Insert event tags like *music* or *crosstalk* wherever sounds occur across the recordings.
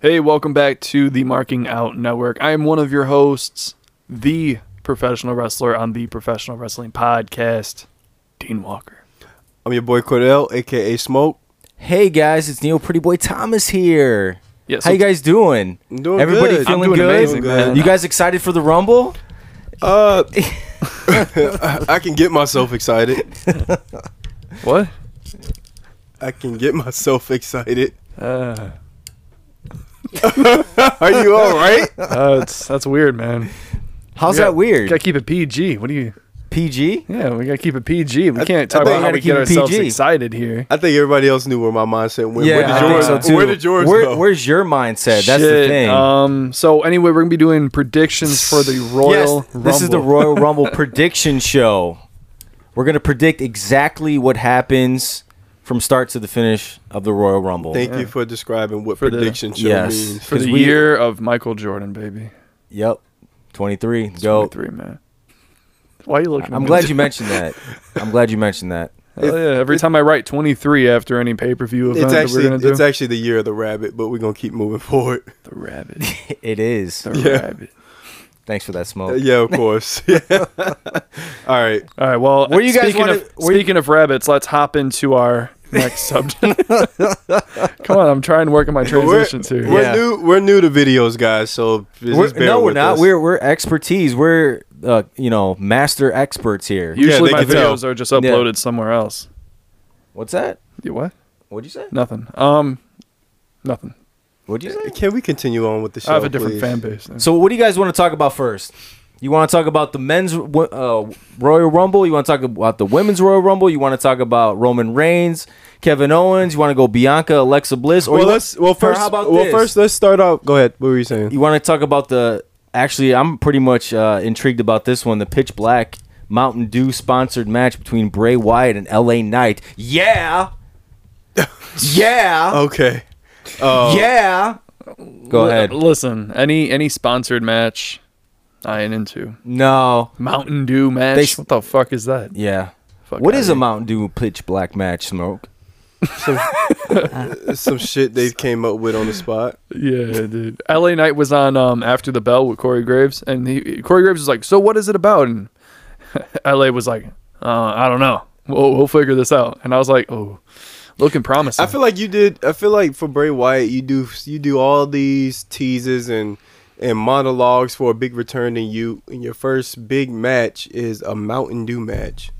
Hey, welcome back to the Marking Out Network. I am one of your hosts, the professional wrestler on the Professional Wrestling Podcast, Dean Walker. I'm your boy Cordell, *laughs* aka Smoke. *laughs* Hey guys, it's Neil Pretty Boy Thomas here. Yes. How you guys doing? I'm doing Everybody good. feeling I'm doing good? amazing, man. You guys excited for the Rumble? Uh, I can get myself excited. What? I can get myself excited. Uh, *laughs* Are you all right? *laughs* uh, it's, that's weird, man. How's We got- that weird? Gotta keep it PG. What do you? PG? Yeah, we gotta keep it PG. We can't talk I about think we how gotta we keep get it ourselves PG. excited here. I think everybody else knew where my mindset went. where did I think yours? so, Where did yours Where- go? Where's your mindset? That's the Shit, thing. Um. So anyway, we're gonna be doing predictions for the Royal. yes, this is the Rumble. *laughs* Royal Rumble prediction show. We're gonna predict exactly what happens from start to the finish of the Royal Rumble. Thank you for describing what For the- prediction show Yes. means. for the 'cause we- year of Michael Jordan, baby. yep, twenty-three. Go. Three man. Why are you looking? at I'm me? glad you mentioned that. I'm glad you mentioned that. Hell yeah, every time I write 23 after any pay per view event It's that we're actually gonna do. it's actually the year of the rabbit, but we're gonna keep moving forward. the rabbit. *laughs* It is. The rabbit. Thanks for that Oh. smoke. yeah, *laughs* of course. *laughs* all right. All right. Well, Where you guys speaking, wanna- of, where you- speaking of rabbits, let's hop into our *laughs* next subject. Come on, I'm trying to work on my We're, transitions here. we're Yeah. new. We're new to videos, guys. So just We're- bear no, we're with not. us. We're we're expertise. We're uh, you know master experts here. Usually they my can tell. videos are just uploaded somewhere else. What's that? You what? What'd you say? Nothing. Um, nothing. What'd you say? Can we continue on with the show? I have a different please? fan base. now. So what do you guys want to talk about first? You want to talk about the men's uh, Royal Rumble? You want to talk about the women's Royal Rumble? You want to talk about Roman Reigns, Kevin Owens? You want to go Bianca, Alexa Bliss? Or Well, you wa- let's. Well, or first. how about well, this? first, let's start off. Go ahead. What were you saying? You want to talk about the? Actually, I'm pretty much uh, intrigued about this one. The Pitch Black Mountain Dew sponsored match between Bray Wyatt and L.A. Knight. *laughs* Yeah, yeah, Okay. Oh, Oh. *laughs* yeah. Go Li- ahead. Listen, any any sponsored match, I ain't into. No. Mountain Dew match. They s- what the fuck is that? Yeah. Fuck what outta is a here. Mountain Dew pitch black match smoke? It's some shit they came up with on the spot. Yeah, dude. LA Knight was on um, After the Bell with Corey Graves, and he, Corey Graves was like, "So what is it about?" And *laughs* LA was like, uh, "I don't know. We'll, we'll figure this out." And I was like, "Oh, looking promising." I feel like you did. I feel like for Bray Wyatt, you do you do all these teases and and monologues for a big return, and you and your first big match is a Mountain Dew *laughs* match.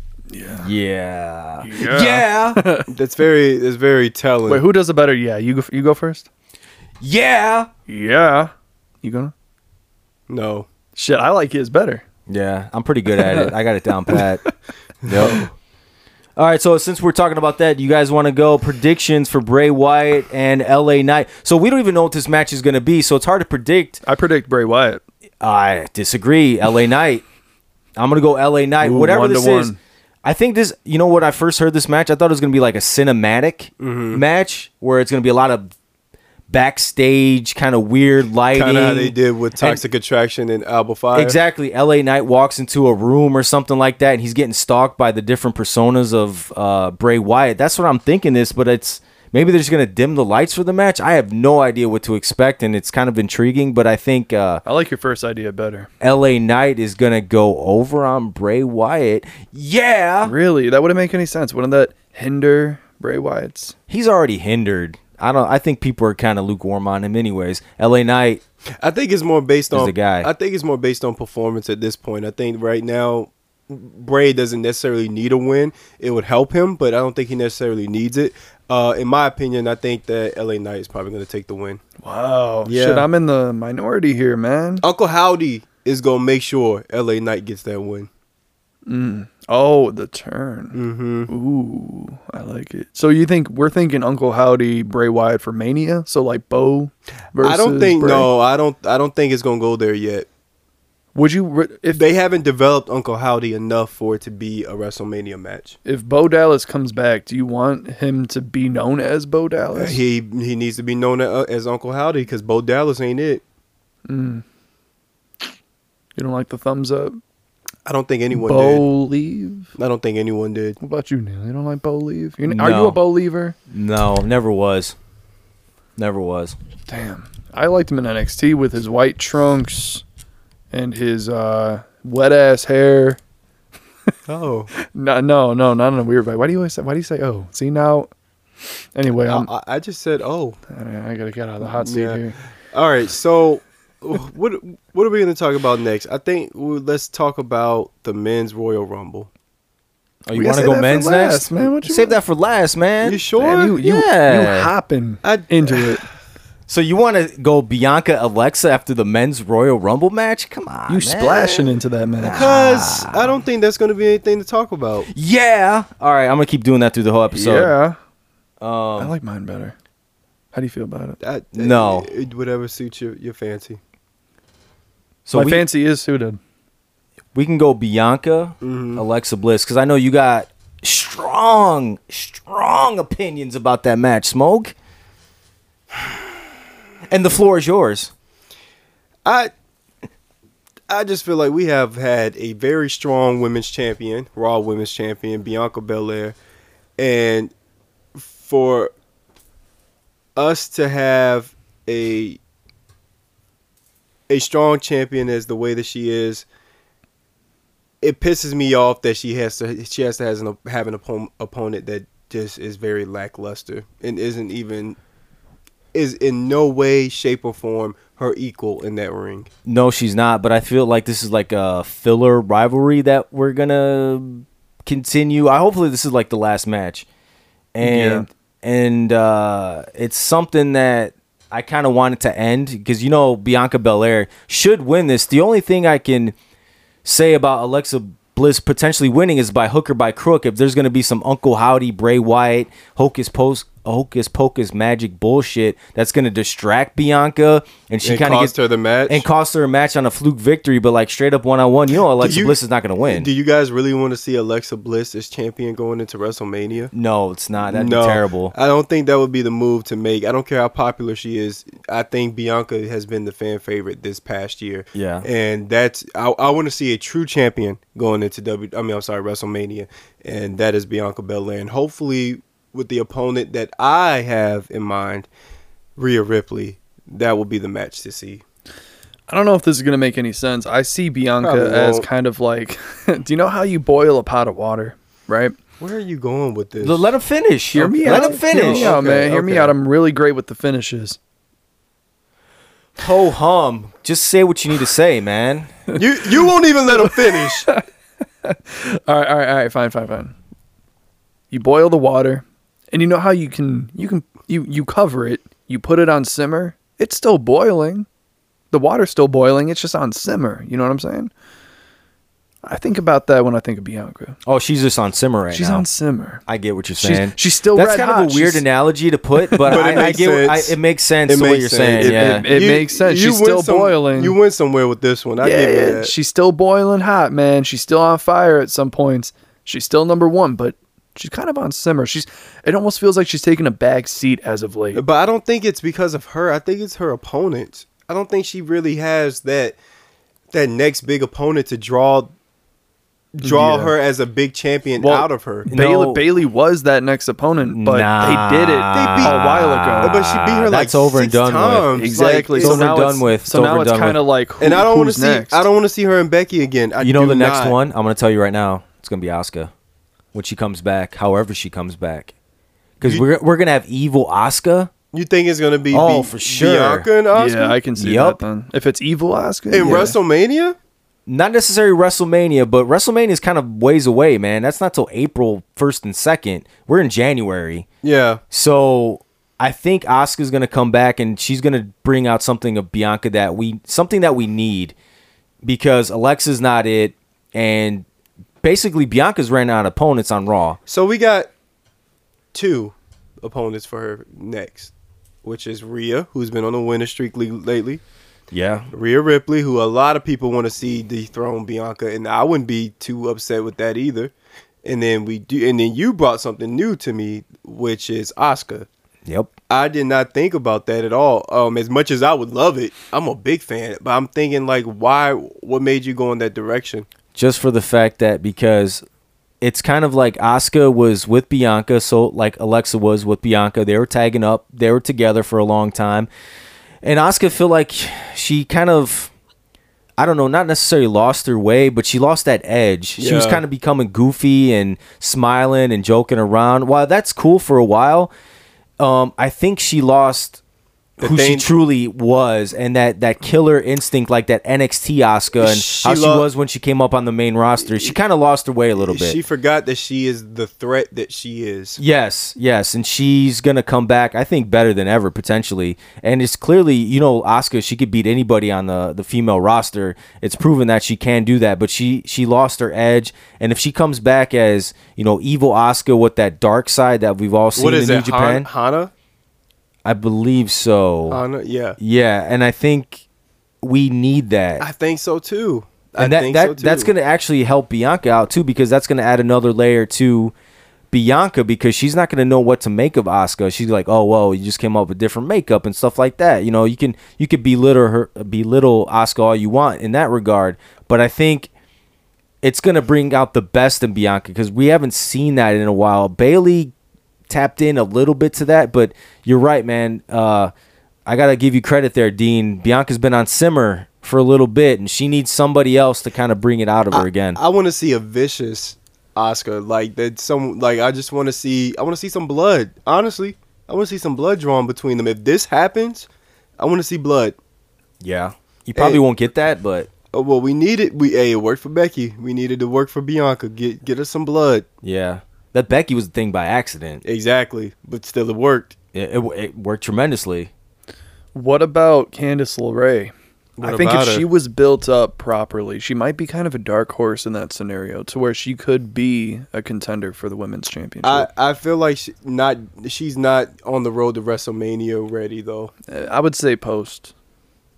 Yeah. Yeah. *laughs* Yeah. That's very that's very telling. Wait, who does it better? Yeah, you go. You go first. yeah. Yeah, you gonna? no, Shit, I like his better. Yeah, I'm pretty good at it. I got *laughs* it down pat. yep. All right, so since we're talking about that, you guys want to go predictions for Bray Wyatt and LA Knight. So we don't even know what this match is going to be, so it's hard to predict. I predict Bray Wyatt. I disagree. LA Knight. I'm going to go LA Knight. Ooh, Whatever one to this is. one. I think this, you know, when I first heard this match, I thought it was going to be like a cinematic Mm-hmm. match where it's going to be a lot of backstage kind of weird lighting. kind of how they did with And- Toxic Attraction and Alba Fire. Exactly. LA Knight walks into a room or something like that, and he's getting stalked by the different personas of uh, Bray Wyatt. That's what I'm thinking this, but it's maybe they're just going to dim the lights for the match. I have no idea what to expect, and it's kind of intriguing, but I think uh, I like your first idea better. LA Knight is going to go over on Bray Wyatt. Yeah. Really, that wouldn't make any sense. Wouldn't that hinder Bray Wyatt's? He's already hindered. I don't. I think people are kind of lukewarm on him, anyways. LA Knight, I think it's more based Is on the guy. I think it's more based on performance at this point. I think right now Bray doesn't necessarily need a win. It would help him, but I don't think he necessarily needs it. Uh, in my opinion, I think that LA Knight is probably going to take the win. Wow. Yeah. Shit, I'm in the minority here, man. Uncle Howdy is going to make sure LA Knight gets that win. Oh, the turn. Mm-hmm. Ooh, I like it. So you think we're thinking Uncle Howdy Bray Wyatt for Mania? So like Bo versus I don't think Bray? no, I don't I don't think it's going to go there yet. Would you re- if They haven't developed Uncle Howdy enough for it to be a WrestleMania match. if Bo Dallas comes back? Do you want him to be known as Bo Dallas? He he needs to be known a- as Uncle Howdy cuz Bo Dallas ain't it. you don't like the thumbs up? I don't think anyone did. Bo Leave. I don't think anyone did. What about you, Neil? You don't like Bo Leave? You're, Are you No. a Bo Leaver? No, never was. Never was. Damn. I liked him in NXT with his white trunks and his uh, wet ass hair. Oh, No, no, no, not in a weird way. Why do you always say? Why do you say? Oh, see now. Anyway, I, I'm, I- I just said oh. I gotta get out of the hot seat Yeah. here. All right, so what what are we going to talk about next? I think we, let's talk about the men's Royal Rumble. Oh, you We gotta want to save go that for men's last, next? man. What you Save want? that for last, man. You sure? Damn, you, you, Yeah. you hopping I- into it. So you want to go Bianca Alexa after the men's Royal Rumble match? Come on, You man. splashing into that match. Cause I don't think that's going to be anything to talk about. Yeah. All right, I'm gonna keep doing that through the whole episode. yeah, I Um, like mine better. How do you feel about it? I, No. it- whatever suits your, your fancy. so My we, fancy is suited. we can go Bianca Mm-hmm. Alexa Bliss because I know you got strong, strong opinions about that match, Smoke. *sighs* And the floor is yours. I I just feel like we have had a very strong women's champion, Raw women's champion, Bianca Belair, and for us to have a a strong champion as the way that she is, it pisses me off that she has to she has to has an, have an oppo- opponent that just is very lackluster and isn't even is in no way, shape, or form her equal in that ring. No, she's not. But I feel like this is like a filler rivalry that we're gonna continue. I hopefully this is like the last match, and and uh, it's something that I kind of wanted to end because you know Bianca Belair should win this. The only thing I can say about Alexa Bliss potentially winning is by hook or by crook. If there's going to be some Uncle Howdy, Bray Wyatt, hocus pocus, hocus pocus magic bullshit that's going to distract Bianca and she And kind of cost gets her the match? and cost her a match on a fluke victory, but like straight up one on one, you know Alexa you- Bliss is not going to win. Do you guys really want to see Alexa Bliss as champion going into WrestleMania? no, it's not. That'd be terrible. I don't think that would be the move to make. I don't care how popular she is. I think Bianca has been the fan favorite this past year. Yeah. and that's I, I want to see a true champion going into W. I mean, I'm sorry, WrestleMania, and that is Bianca Belair, and hopefully with the opponent that I have in mind, Rhea Ripley. That will be the match to see. I don't know if this is gonna make any sense. I see Probably Bianca won't. as kind of like, *laughs* do you know how you boil a pot of water, right? Where are you going with this? Let him finish. Hear me Let out. him Hear finish. me out, man. Okay, Hear me okay. out. I'm really great with the finishes. Ho hum. Just say what you need to say, man. You you won't even let him *laughs* finish. All right, all right, all right. Fine, fine, fine. You boil the water, and you know how you can you can you you cover it. You put it on simmer. It's still boiling. The water's still boiling. It's just on simmer. You know what I'm saying? I think about that when I think of Bianca. Oh, she's just on simmer right She's now. on simmer. I get what you're She's- saying. she's still That's red kind hot. of a weird She's- analogy to put, but, But I, it I makes get what- sense. I, it makes sense the way makes you're sense. saying. yeah, it- it makes sense. She's went still some- boiling. You went somewhere with this one. I give you yeah, that. she's still boiling hot, man. She's still on fire at some points. She's still number one, but she's kind of on simmer. She's it almost feels like she's taking a back seat as of late. but I don't think it's because of her. I think it's her opponent. I don't think she really has that that next big opponent to draw draw Yeah. her as a big champion Well, out of her. No. Bailey, Bailey was that next opponent, but Nah. they did it They beat- a while ago. but she beat her like Ah, that's over and six done with. times. exactly. Like, So it's- over and done with. It's So over now and it's done kind of like, who, and I don't want who's to see next? I don't want to see her and Becky again. I You know do the next not. one? I'm going to tell you right now. It's going to be Asuka when she comes back, however she comes back. Because You- we're, we're going to have evil Asuka. You think it's gonna be Oh, Bi- for sure. Bianca and Asuka Yeah, I can see Yup. that. Then if it's evil Asuka in yeah. WrestleMania? Not necessarily WrestleMania, but WrestleMania is kind of ways away, man. That's not till April 1st and 2nd. We're in January. Yeah. So I think Asuka's gonna come back and she's gonna bring out something of Bianca that we something that we need because Alexa's not it and basically Bianca's ran out of opponents on Raw. So we got two opponents for her next, which is Rhea, who's been on a winning streak le- lately. Yeah. Rhea Ripley, who a lot of people want to see dethrone Bianca, and I wouldn't be too upset with that either. And then we do, and then you brought something new to me, which is Oscar. Yep. I did not think about that at all. Um, as much as I would love it, I'm a big fan, but I'm thinking like, why? What made you go in that direction? just for the fact that because it's kind of like Asuka was with Bianca, so like Alexa was with Bianca. They were tagging up, they were together for a long time. And Asuka felt like she kind of I don't know, not necessarily lost her way, but she lost that edge. She was Yeah. kind of becoming goofy and smiling and joking around. While that's cool for a while, um, I think she lost who she thing- truly was and that, that killer instinct, like that NXT Asuka and She how she lo- was when she came up on the main roster. She kind of lost her way a little bit. She forgot that she is the threat that she is. Yes, yes, and she's gonna come back. I think better than ever potentially, and it's clearly you know Asuka. She could beat anybody on the the female roster. It's proven that she can do that. But she she lost her edge, and if she comes back as you know evil Asuka with that dark side that we've all seen What in is New it? Japan, Han- Hana? I believe so. Hana? Yeah. yeah, and I think we need that I think so too. and I that, think that so too. that's going to actually help Bianca out too because that's going to add another layer to Bianca because she's not going to know what to make of Asuka. She's like, "Oh, whoa, you just came up with different makeup and stuff like that." You know, you can you could belittle her belittle Asuka all you want in that regard, but I think it's going to bring out the best in Bianca because we haven't seen that in a while. Bailey tapped in a little bit to that, but you're right, man. Uh, I got to give you credit there, Dean. Bianca's been on simmer for a little bit, and she needs somebody else to kind of bring it out of her again. I want to see a vicious Oscar like that. Some like I just want to see. I want to see some blood. Honestly, I want to see some blood drawn between them. If this happens, I want to see blood. yeah. You probably Hey. won't get that, but Oh, well, we need it. We hey, it worked for Becky. We needed to work for Bianca. Get get us some blood. yeah. That Becky was the thing by accident. Exactly, but still it worked. It, it, it worked tremendously. What about Candice LeRae? What I think if about her? she was built up properly, she might be kind of a dark horse in that scenario to where she could be a contender for the women's championship. I, I feel like she not she's not on the road to WrestleMania ready though. Uh, I would say post.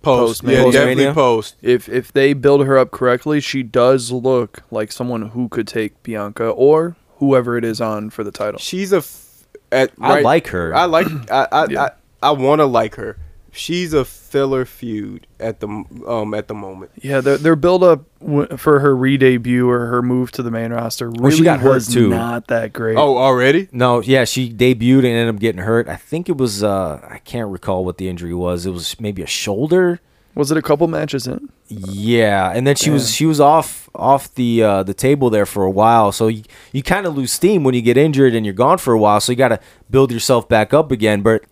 Post, Post, yeah, post-Mania? definitely post. If if they build her up correctly, she does look like someone who could take Bianca or whoever it is on for the title. She's a f- at I right- like her. I *clears throat* like I I Yeah. I, I want to like her. She's a filler feud at the m- um at the moment. Yeah, their, their build up w- for her re-debut or her move to the main roster really she got hurt, was too. not that great. Oh, already? No, yeah, she debuted and ended up getting hurt. I think it was uh I can't recall what the injury was. It was maybe a shoulder. was it a couple matches in? Yeah, and then she was she was off off the uh, the table there for a while. So you, you kind of lose steam when you get injured and you're gone for a while. So you got to build yourself back up again. But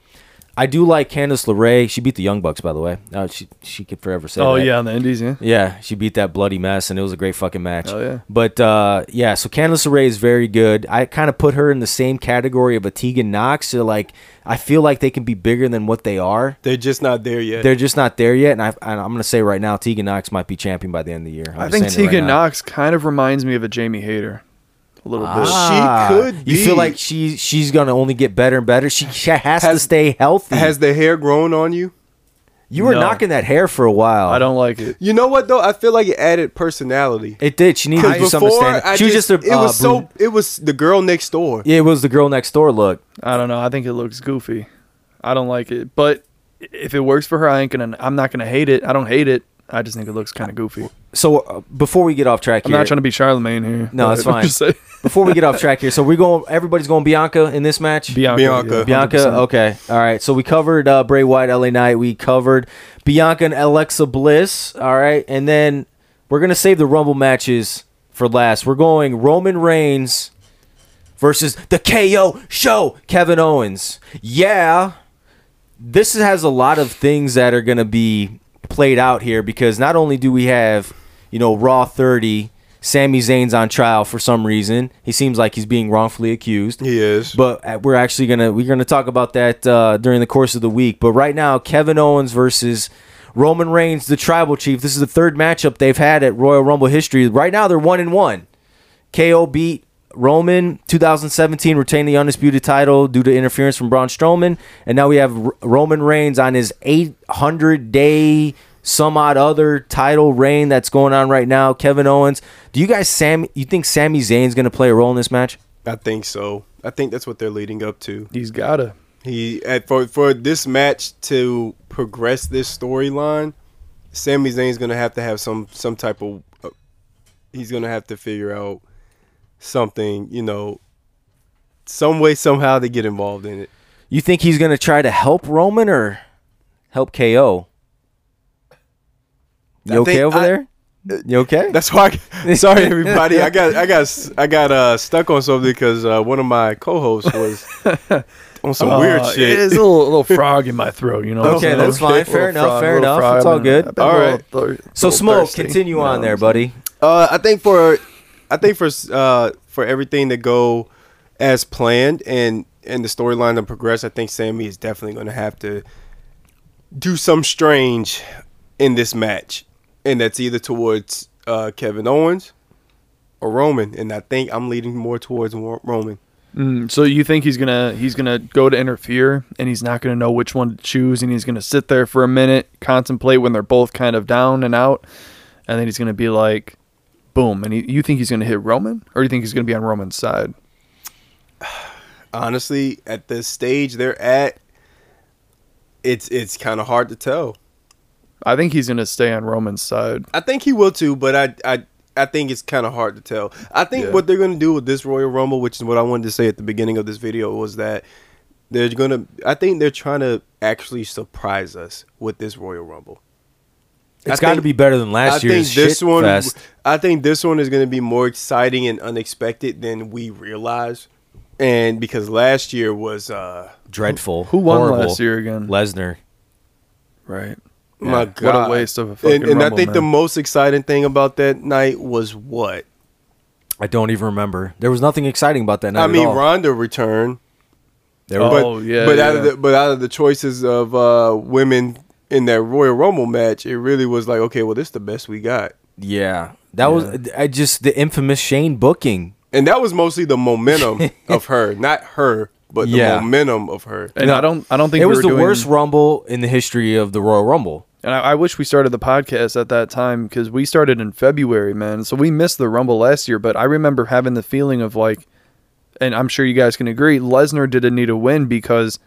I do like Candice LeRae. She beat the Young Bucks, by the way. Uh, she she could forever say. Oh that. yeah, on the Indies, yeah. Yeah, she beat that bloody mess, and it was a great fucking match. Oh, yeah. But uh, yeah, so Candice LeRae is very good. I kind of put her in the same category of a Tegan Knox. So like, I feel like they can be bigger than what they are. They're just not there yet. They're just not there yet, and, I, and I'm going to say right now, Tegan Knox might be champion by the end of the year. I'm I just think saying it right Tegan now. Knox kind of reminds me of a Jamie Hayter a little bit. Ah, could You feel be. like she she's going to only get better and better. She, she has, to stay healthy. Has the hair grown on you? you were No. knocking that hair for a while. I don't like it. You know what though? I feel like it added personality. It did. She needed to do Because something. to before, stand I out. She was just a. it uh, was so. brun- It was the girl next door. Yeah, it was the girl next door look. I don't know. I think it looks goofy. I don't like it. But if it works for her, I ain't gonna. I'm not gonna hate it. I don't hate it. I just think it looks kind of goofy. So uh, before we get off track I'm here, not trying to be Charlemagne here. No, it's but I'm fine. just saying- before we get off track here, so we're going. Everybody's going Bianca in this match. Bianca. Bianca. yeah, Bianca. 100%. Okay. All right. So we covered uh, Bray Wyatt, LA Knight. We covered Bianca and Alexa Bliss. All right. And then we're gonna save the Rumble matches for last. We're going Roman Reigns versus the KO Show, Kevin Owens. Yeah. This has a lot of things that are gonna be played out here because not only do we have you know Raw 30. Sami Zayn's on trial for some reason. He seems like he's being wrongfully accused. He is. But uh, we're actually gonna we're gonna talk about that uh, during the course of the week. But right now, Kevin Owens versus Roman Reigns, the Tribal Chief. This is the third matchup they've had at Royal Rumble history. Right now, they're one and one. KO beat Roman 2017, retained the undisputed title due to interference from Braun Strowman, and now we have R- Roman Reigns on his 800 day some odd other title reign that's going on right now. Kevin Owens, do you guys Sam? You think Sami Zayn's gonna play a role in this match? I think so. I think that's what they're leading up to. He's gotta. He at, for for this match to progress this storyline, Sami Zayn's gonna have to have some some type of uh, he's gonna have to figure out something, you know, some way somehow to get involved in it. You think he's gonna try to help Roman or help KO? I You okay think over I- there? You okay? That's *laughs* why. I, sorry, everybody. *laughs* I got, I got, I got uh, stuck on something because uh, one of my co-hosts was on some weird Uh, shit. It's a little, little frog in my throat, you know. what I'm Okay, saying? that's fine. Fair Little enough, fair little enough. It's all man. good. I've been a All little right. thir- so little smoke, thirsty, you continue know on what there, I'm buddy. Uh, I think for I think for uh, for everything to go as planned and and the storyline to progress, I think Sammy is definitely going to have to do some strange in this match, and that's either towards uh, Kevin Owens or Roman, and I think I'm leaning more towards Wa- Roman. saying? Mm, so you think he's gonna he's gonna go to interfere, and he's not gonna know which one to choose, and he's gonna sit there for a minute, contemplate when they're both kind of down and out, and then he's gonna be like, boom. And he, you think he's gonna hit Roman, or you think he's gonna be on Roman's side? Honestly, at the stage they're at, it's it's kind of hard to tell. I think he's gonna stay on Roman's side. I think he will too, but I I I think it's kind of hard to tell. I think Yeah. what they're going to do with this Royal Rumble, which is what I wanted to say at the beginning of this video, was that they're going to. I think they're trying to actually surprise us with this Royal Rumble. It's I got to think- be better than last I year's think this shit one. fest. I think this one is going to be more exciting and unexpected than we realize, and because last year was uh Dreadful. Who won horrible. last year again? Lesnar. Right. my What a god, waste of a and, fucking and I Rumble, think the man. most exciting thing about that night was what I don't even remember. There was nothing exciting about that night I mean, at all. Ronda returned. There Oh, was- but, yeah, But out of yeah. the but out of the choices of uh, women in that Royal Rumble match, it really was like, okay, well, this is the best we got, yeah, that was. I just the infamous Shane booking. and that was mostly the *laughs* momentum of her, not her, but the Yeah. momentum of her. And No. I don't I don't think It we was were the doing- worst Rumble in the history of the Royal Rumble. And I, I wish we started the podcast at that time because we started in February, man. So we missed the Rumble last year, but I remember having the feeling of like, and I'm sure you guys can agree, Lesnar didn't need a win because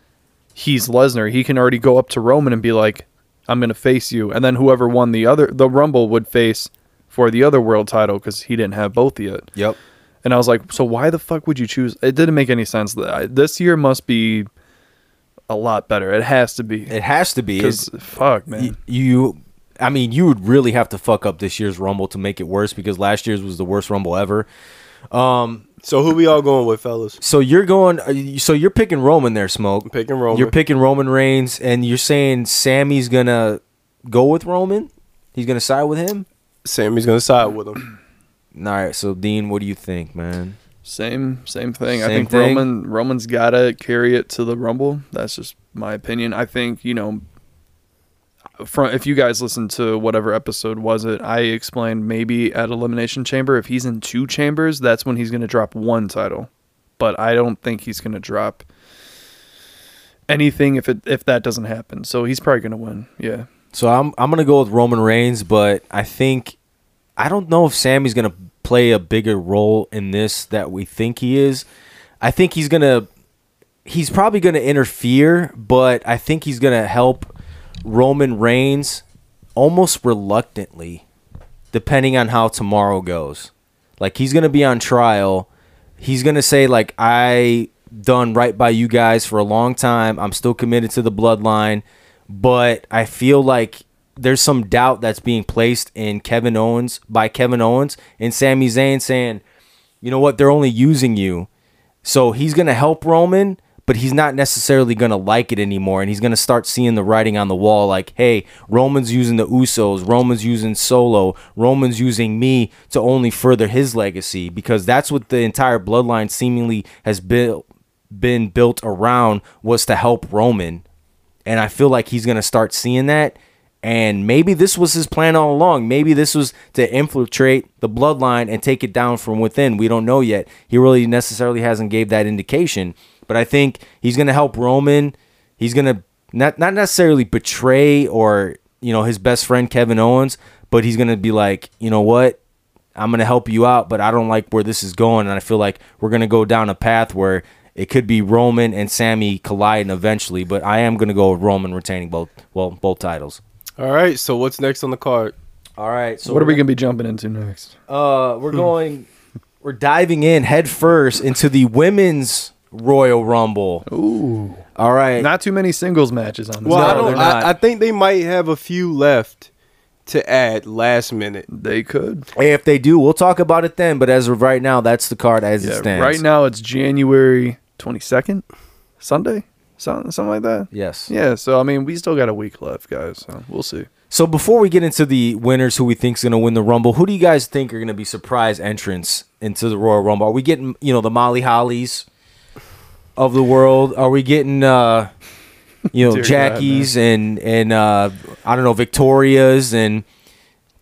he's Lesnar. He can already go up to Roman and be like, I'm going to face you. And then whoever won the other, the Rumble would face for the other world title because he didn't have both yet. Yep. And I was like, so why the fuck would you choose? It didn't make any sense. I- This year must be a lot better. It has to be. It has to be. Because fuck, man. y- you I mean, you would really have to fuck up this year's Rumble to make it worse because last year's was the worst Rumble ever. Um, So who we all going with, fellas? So you're going are you- so you're picking Roman there, Smoke. picking Roman. You're picking Roman Reigns and you're saying Sammy's going to go with Roman? He's going to side with him? Sammy's gonna side with him. All right, so Dean, what do you think, man? Same same thing. I Same think thing? Roman Roman's gotta carry it to the Rumble. That's just my opinion. I think you know, from if you guys listened to whatever episode was it, I explained maybe at Elimination Chamber if he's in two chambers, that's when he's gonna drop one title. But I don't think he's gonna drop anything if it if that doesn't happen. So he's probably gonna win. Yeah. So I'm I'm going to go with Roman Reigns, but I think I don't know if Sammy's going to play a bigger role in this that we think he is. I think he's going to he's probably going to interfere, but I think he's going to help Roman Reigns almost reluctantly, depending on how tomorrow goes. Like he's going to be on trial. He's going to say like I done right by you guys for a long time. I'm still committed to the bloodline, but I feel like there's some doubt that's being placed in Kevin Owens by Kevin Owens and Sami Zayn saying, "You know what? They're only using you." So he's going to help Roman, but he's not necessarily going to like it anymore. And he's going to start seeing the writing on the wall like, hey, Roman's using the Usos, Roman's using Solo, Roman's using me to only further his legacy because that's what the entire bloodline seemingly has built been built around was to help Roman. And I feel like he's going to start seeing that. And maybe this was his plan all along. Maybe this was to infiltrate the bloodline and take it down from within. We don't know yet. He really necessarily hasn't gave that indication. But I think he's going to help Roman. He's going to not not necessarily betray or, you know, his best friend Kevin Owens, but he's going to be like, "You know what? I'm going to help you out, but I don't like where this is going. And I feel like we're going to go down a path where it could be Roman and Sammy colliding eventually, but I am going to go with Roman retaining both, well, both titles. All right. So what's next on the card? All right. So what are we gonna be jumping into next? Uh, we're going. we're diving in head first into the women's Royal Rumble. Ooh, All right. not too many singles matches on this. Well, I card. No, don't. they're not. I, I think they might have a few left to add last minute. they could. Hey, if they do, we'll talk about it then. But as of right now, that's the card as it Yeah, stands. right now it's January twenty second, Sunday, something, something like that. Yes. Yeah, so I mean, we still got a week left, guys. So we'll see. So before we get into the winners, who we think is going to win the Rumble, who do you guys think are going to be surprise entrants into the Royal Rumble? Are we getting you know the Molly Hollies of the world? Are we getting uh, you know Dear God, Jackies and and uh, I don't know Victorias and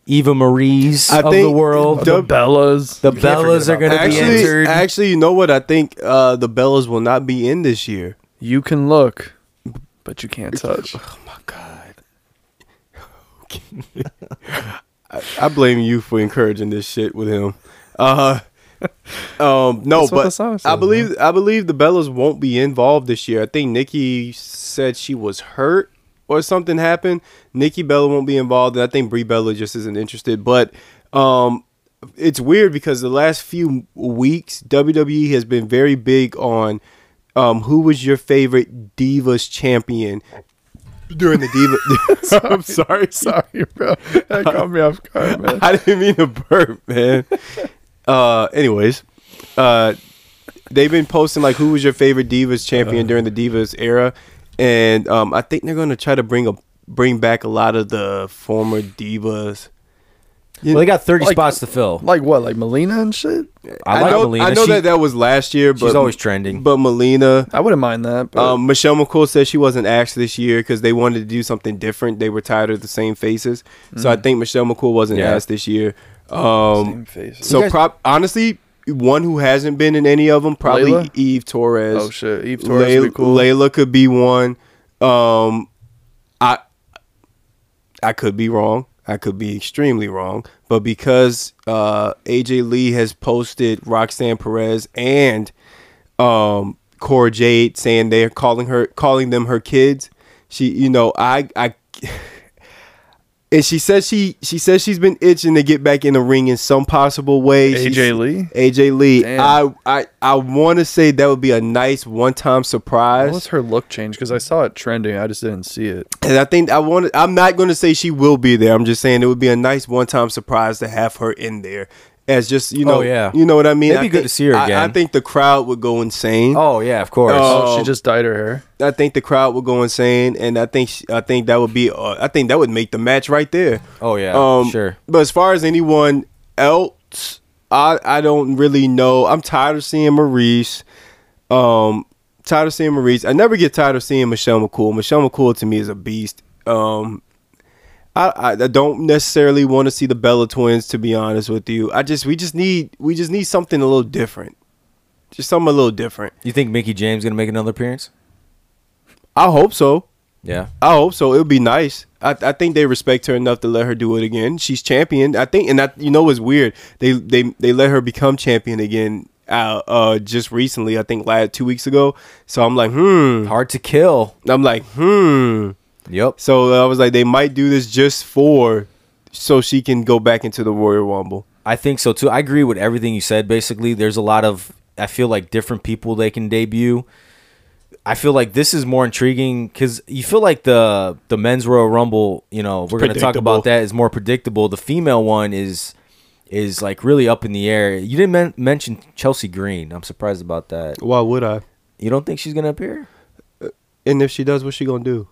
Eva Marie's I of the think world? The- The Bellas, The You can't Bellas forget are gonna about be that. in. Actually, entered. actually, you know what? I think uh, the Bellas will not be in this year. You can look, but you can't touch. Oh My God. I, I blame you for encouraging this shit with him. Uh, *laughs* um, no, That's what but the song I says, believe I believe the Bellas won't be involved this year. I think Nikki said she was hurt or something happened. Nikki Bella won't be involved, and I think Brie Bella just isn't interested. But um, it's weird because the last few weeks WWE has been very big on um, who was your favorite Divas champion during the Diva. *laughs* *laughs* *laughs* I'm sorry, sorry, bro. That caught me off guard, man. *laughs* I didn't mean to burp, man. uh, anyways, uh, they've been posting like who was your favorite Divas Uh-huh. champion during the Divas era, and um, I think they're gonna try to bring a bring back a lot of the former Divas. Well, they got thirty Like- spots to fill. *laughs* Like what? Like Melina and shit? I, like know, Melina. I know She- that that was last year, but she's always trending. Uh, But Melina. I wouldn't mind that. But Um, Michelle McCool said she wasn't asked this year because they wanted to do something different. They were tired of the same faces, so I think Michelle McCool wasn't Mm. Yeah. asked this year. Um, Same faces. So You guys- prob- honestly, one who hasn't been in any of them probably Layla? Eve Torres. oh shit, Eve Torres would Lay- be cool. Layla could be one. Um, I I could be wrong. I could be extremely wrong. But because uh, AJ Lee has posted Roxanne Perez and um, Cora Jade saying they're calling her calling them her kids, she you know I I. *laughs* And she says she she says she's been itching to get back in the ring in some possible way. AJ She's- Lee? AJ Lee. Damn. I I I want to say that would be a nice one-time What surprise. was her look change? Because I saw it trending, I just didn't see it. And I think I want. I'm not going to say she will be there. I'm just saying it would be a nice one-time surprise to have her in there, as just you know, Oh, yeah. you know what I mean. It'd be I good think- to see her I- I, again. think the crowd would go insane. oh yeah, of course. Oh, Oh, Um, she just dyed her hair. I think the crowd would go insane, and I think sh- I think that would be. Uh, I think that would make the match right there. Oh, yeah, um, sure. But as far as anyone else, I I don't really know. I'm tired of seeing Maurice. Um, tired of seeing Maurice. I never get tired of seeing Michelle McCool. Michelle McCool to me is a beast. Um, I, I I don't necessarily want to see the Bella twins to be honest with you. I just we just need we just need something a little different. Just something a little different. you think Mickey James going to make another appearance? I hope so. Yeah. I hope Oh, so. It would be nice. I, I think they respect her enough to let her do it again. She's champion. I think, and I, you know what's weird? They they they let her become champion again. Uh, uh just recently, I think last two weeks ago. So I'm like, hmm. Hard to kill. I'm like, hmm. Yep. So I was like, they might do this just for, so she can go back into the Royal Rumble. I think so too. I agree with everything you said. Basically, there's a lot of I feel like different people they can debut. I feel like this is more intriguing because you feel like the the men's Royal Rumble. You know, we're going to talk predictable. about that is more predictable. The female one is is like really up in the air. You didn't men- mention Chelsea Green. I'm surprised about that. Why would I? You don't think she's going to appear? And if she does, what's she gonna do?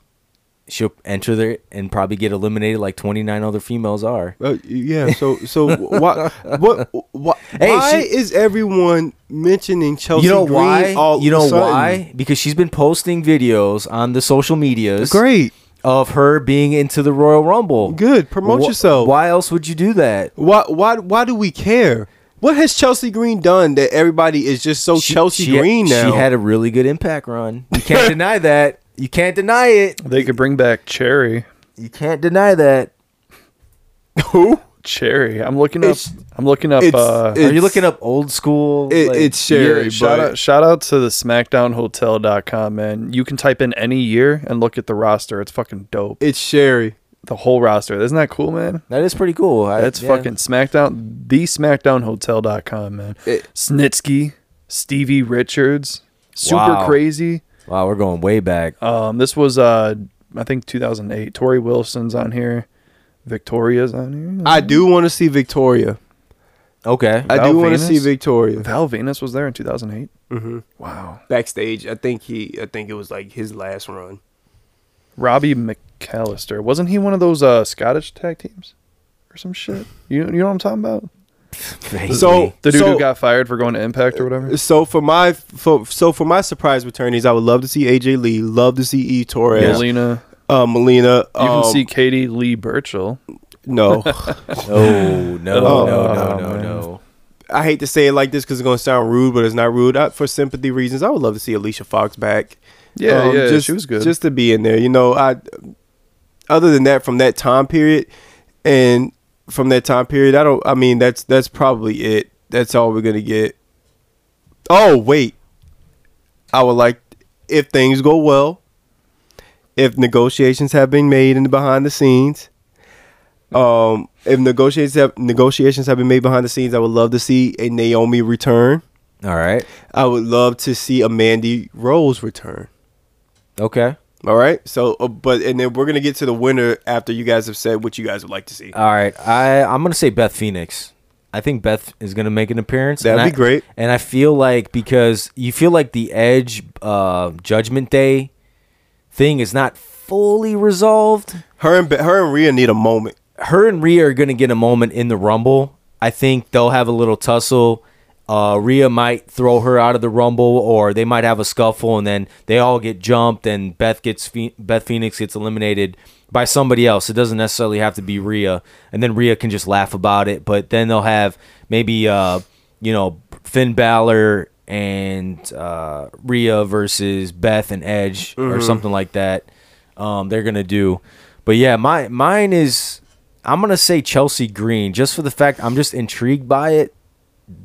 She'll enter there and probably get eliminated like 29 other females are. Uh, yeah. So *laughs* so why what why, Hey, why she- is everyone mentioning Chelsea? you know Green why? All of you a know sudden? why? Because she's been posting videos on the social medias. Great. of her being into the Royal Rumble. Good. Promote Wh- yourself. Why else would you do that? Why why why do we care? What has Chelsea Green done that everybody is just so Oh, Chelsea she- Green now? She had a really good impact run. *laughs* You can't deny that. You can't deny it. They could bring back Cherry. You can't deny that. *laughs* who? Cherry. I'm looking up. It's- I'm looking up. it's- uh, it- Are you looking up old school? It, like- it's yeah, Sherry, shout but out, shout out to the SmackDownHotel.com, man. You can type in any year and look at the roster. It's fucking dope. it's Sherry. the whole roster. Isn't that cool, man? That is pretty cool. I- That's yeah. fucking SmackDown, the SmackDownHotel.com, man. It- Snitsky, Stevie Richards, super Wow. crazy. Wow, we're going way back. Um, this was uh, I think 2008. Tori Wilson's on here, Victoria's on here. I do want to see Victoria. Okay. Mm-hmm. I Val do want to Venus? see Victoria Val Venus was there in 2008. hmm Wow. backstage. I think he. I think it was like his last run. Robbie McAllister wasn't he one of those uh, Scottish tag teams or some shit? You you know what I'm talking about? So The dude so, uh, who got fired for going to Impact or whatever. So for my for, so for my surprise returnees, I would love to see AJ Lee, love to see E Torres, Melina. uh, Melina. You can um, see Katie Lee Burchell. *laughs* no. no, *laughs* no, Oh, no, no, no, man. no. I hate to say it like this because it's gonna sound rude, but it's not rude. I, for sympathy reasons, I would love to see Alicia Fox back. Yeah, yeah, um, just, she was good. Just to be in there, you know. I other than that, from that time period, and from that time period, I don't. I mean, that's that's probably it. That's all we're gonna get. Oh wait, I would like if things go well, if negotiations have been made in the behind the scenes. Um, if negotiations have negotiations have been made behind the scenes, I would love to see a Naomi return. All right. I would love to see a Mandy Rose return. Okay. All right. So, uh, but and then we're gonna get to the winner after you guys have said what you guys would like to see. All right. I I'm gonna say Beth Phoenix. I think Beth is gonna make an appearance. That'd and be I- great. And I feel like because you feel like the Edge uh, Judgment Day thing is not fully resolved. Her and Be- her and Rhea need a moment. her and Rhea are gonna get a moment in the Rumble. I think they'll have a little tussle. Uh, Rhea might throw her out of the Rumble, or they might have a scuffle, and then they all get jumped, and Beth gets Phe- Beth Phoenix gets eliminated by somebody else. It doesn't necessarily have to be Rhea, and then Rhea can just laugh about it. But then they'll have maybe uh, you know Finn Balor and uh, Rhea versus Beth and Edge or something like that um, they're gonna do. But yeah, my mine is I'm gonna say Chelsea Green just for the fact I'm just intrigued by it.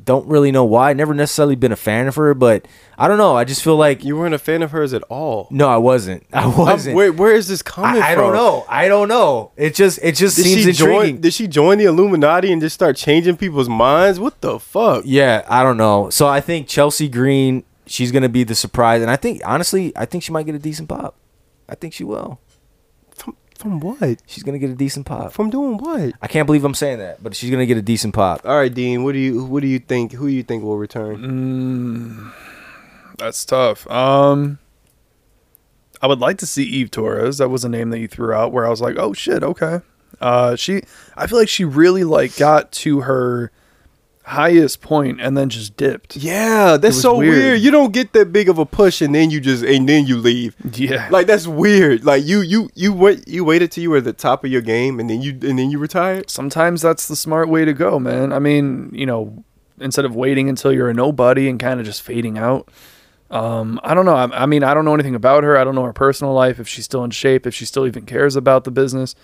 Don't really know why. Never necessarily been a fan of her, but I don't know. I just feel like You weren't a fan of hers at all. no, I wasn't. *laughs* I I'm- wasn't. where Um, where is this coming I, I from? don't know. I don't know. It just it just Did seems she join? intriguing. Did she join the Illuminati and just start changing people's minds? What the fuck? yeah, I don't know. So I think Chelsea Green, she's gonna be the surprise, and I think honestly, I think she might get a decent pop. I think she will. From from what? She's gonna get a decent pop. From doing what? I can't believe I'm saying that, but she's gonna get a decent pop. All right, Dean. What do you what do you think? Who do you think will return? That's tough. Um, I would like to see Eve Torres. That was a name that you threw out where I was like, oh shit, okay. Uh, she, I feel like she really like got to her highest point and then just dipped. Yeah, It that's was so weird. weird. You don't get that big of a push, and then you just and then you leave. *laughs* Yeah, like Like that's weird. Like you you you wait you waited till you were at the top of your game, and then you and then you retired. sometimes that's the smart way to go, man. I mean, you know, instead of waiting until you're a nobody and kind of just fading out. Um, I don't know. I, I mean, I don't know anything about her. I don't know her personal life. If she's still in shape, if she still even cares about the business,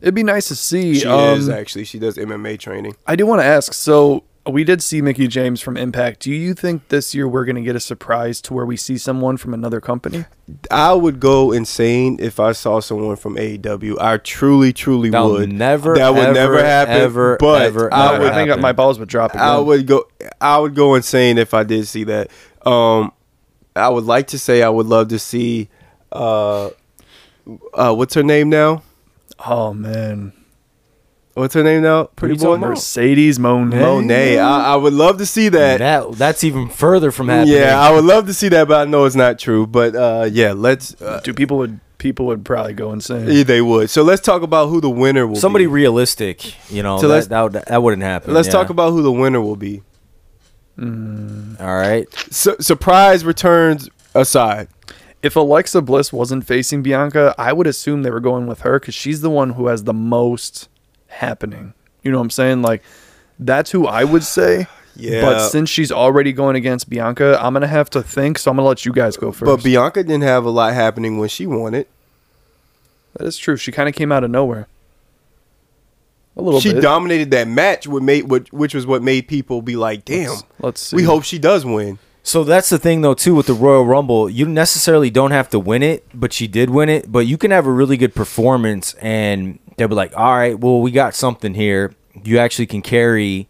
it'd be nice to see. She um, is actually. She does MMA training. I do want to ask. So we did see Mickey James from Impact. Do you think this year we're going to get a surprise to where we see someone from another company? I would go insane if I saw someone from AEW. I truly truly That'll would. never, That would ever, never happen. ever, but ever, I I, ever would think happen. my balls would drop. Again. I would go. I would go insane if I did see that. Um, I would like to say I would love to see. Uh, uh, what's her name now? Oh man, What's her name now? Pretty you talking boy. about? Mercedes Monet. Monet. I, I would love to see that. that that's even further from happening. Yeah, I would love to see that, but I know it's not true. But uh, yeah, let's. Uh, Dude, people would people would probably go insane. yeah, they would. So let's talk about who the winner will. somebody Be. realistic. You know, So that, let's- that, would, that wouldn't happen. Let's yeah. talk about who the winner will be. All right, Su- surprise returns aside. If Alexa Bliss wasn't facing Bianca, I would assume they were going with her because she's the one who has the most happening. You know what I'm saying? Like that's who I would say. *sighs* Yeah. But since she's already going against Bianca, I'm gonna have to think. So I'm gonna let you guys go first. But Bianca didn't have a lot happening when she won it. That is true. She kind of came out of nowhere. A little She bit. dominated that match, what made, what, which was what made people be like, "Damn, Let's- let's see. we hope she does win." So that's the thing though too with the Royal Rumble, you necessarily don't have to win it, but she did win it, but you can have a really good performance and they'll be like, "All right, well, we got something here. You actually can carry,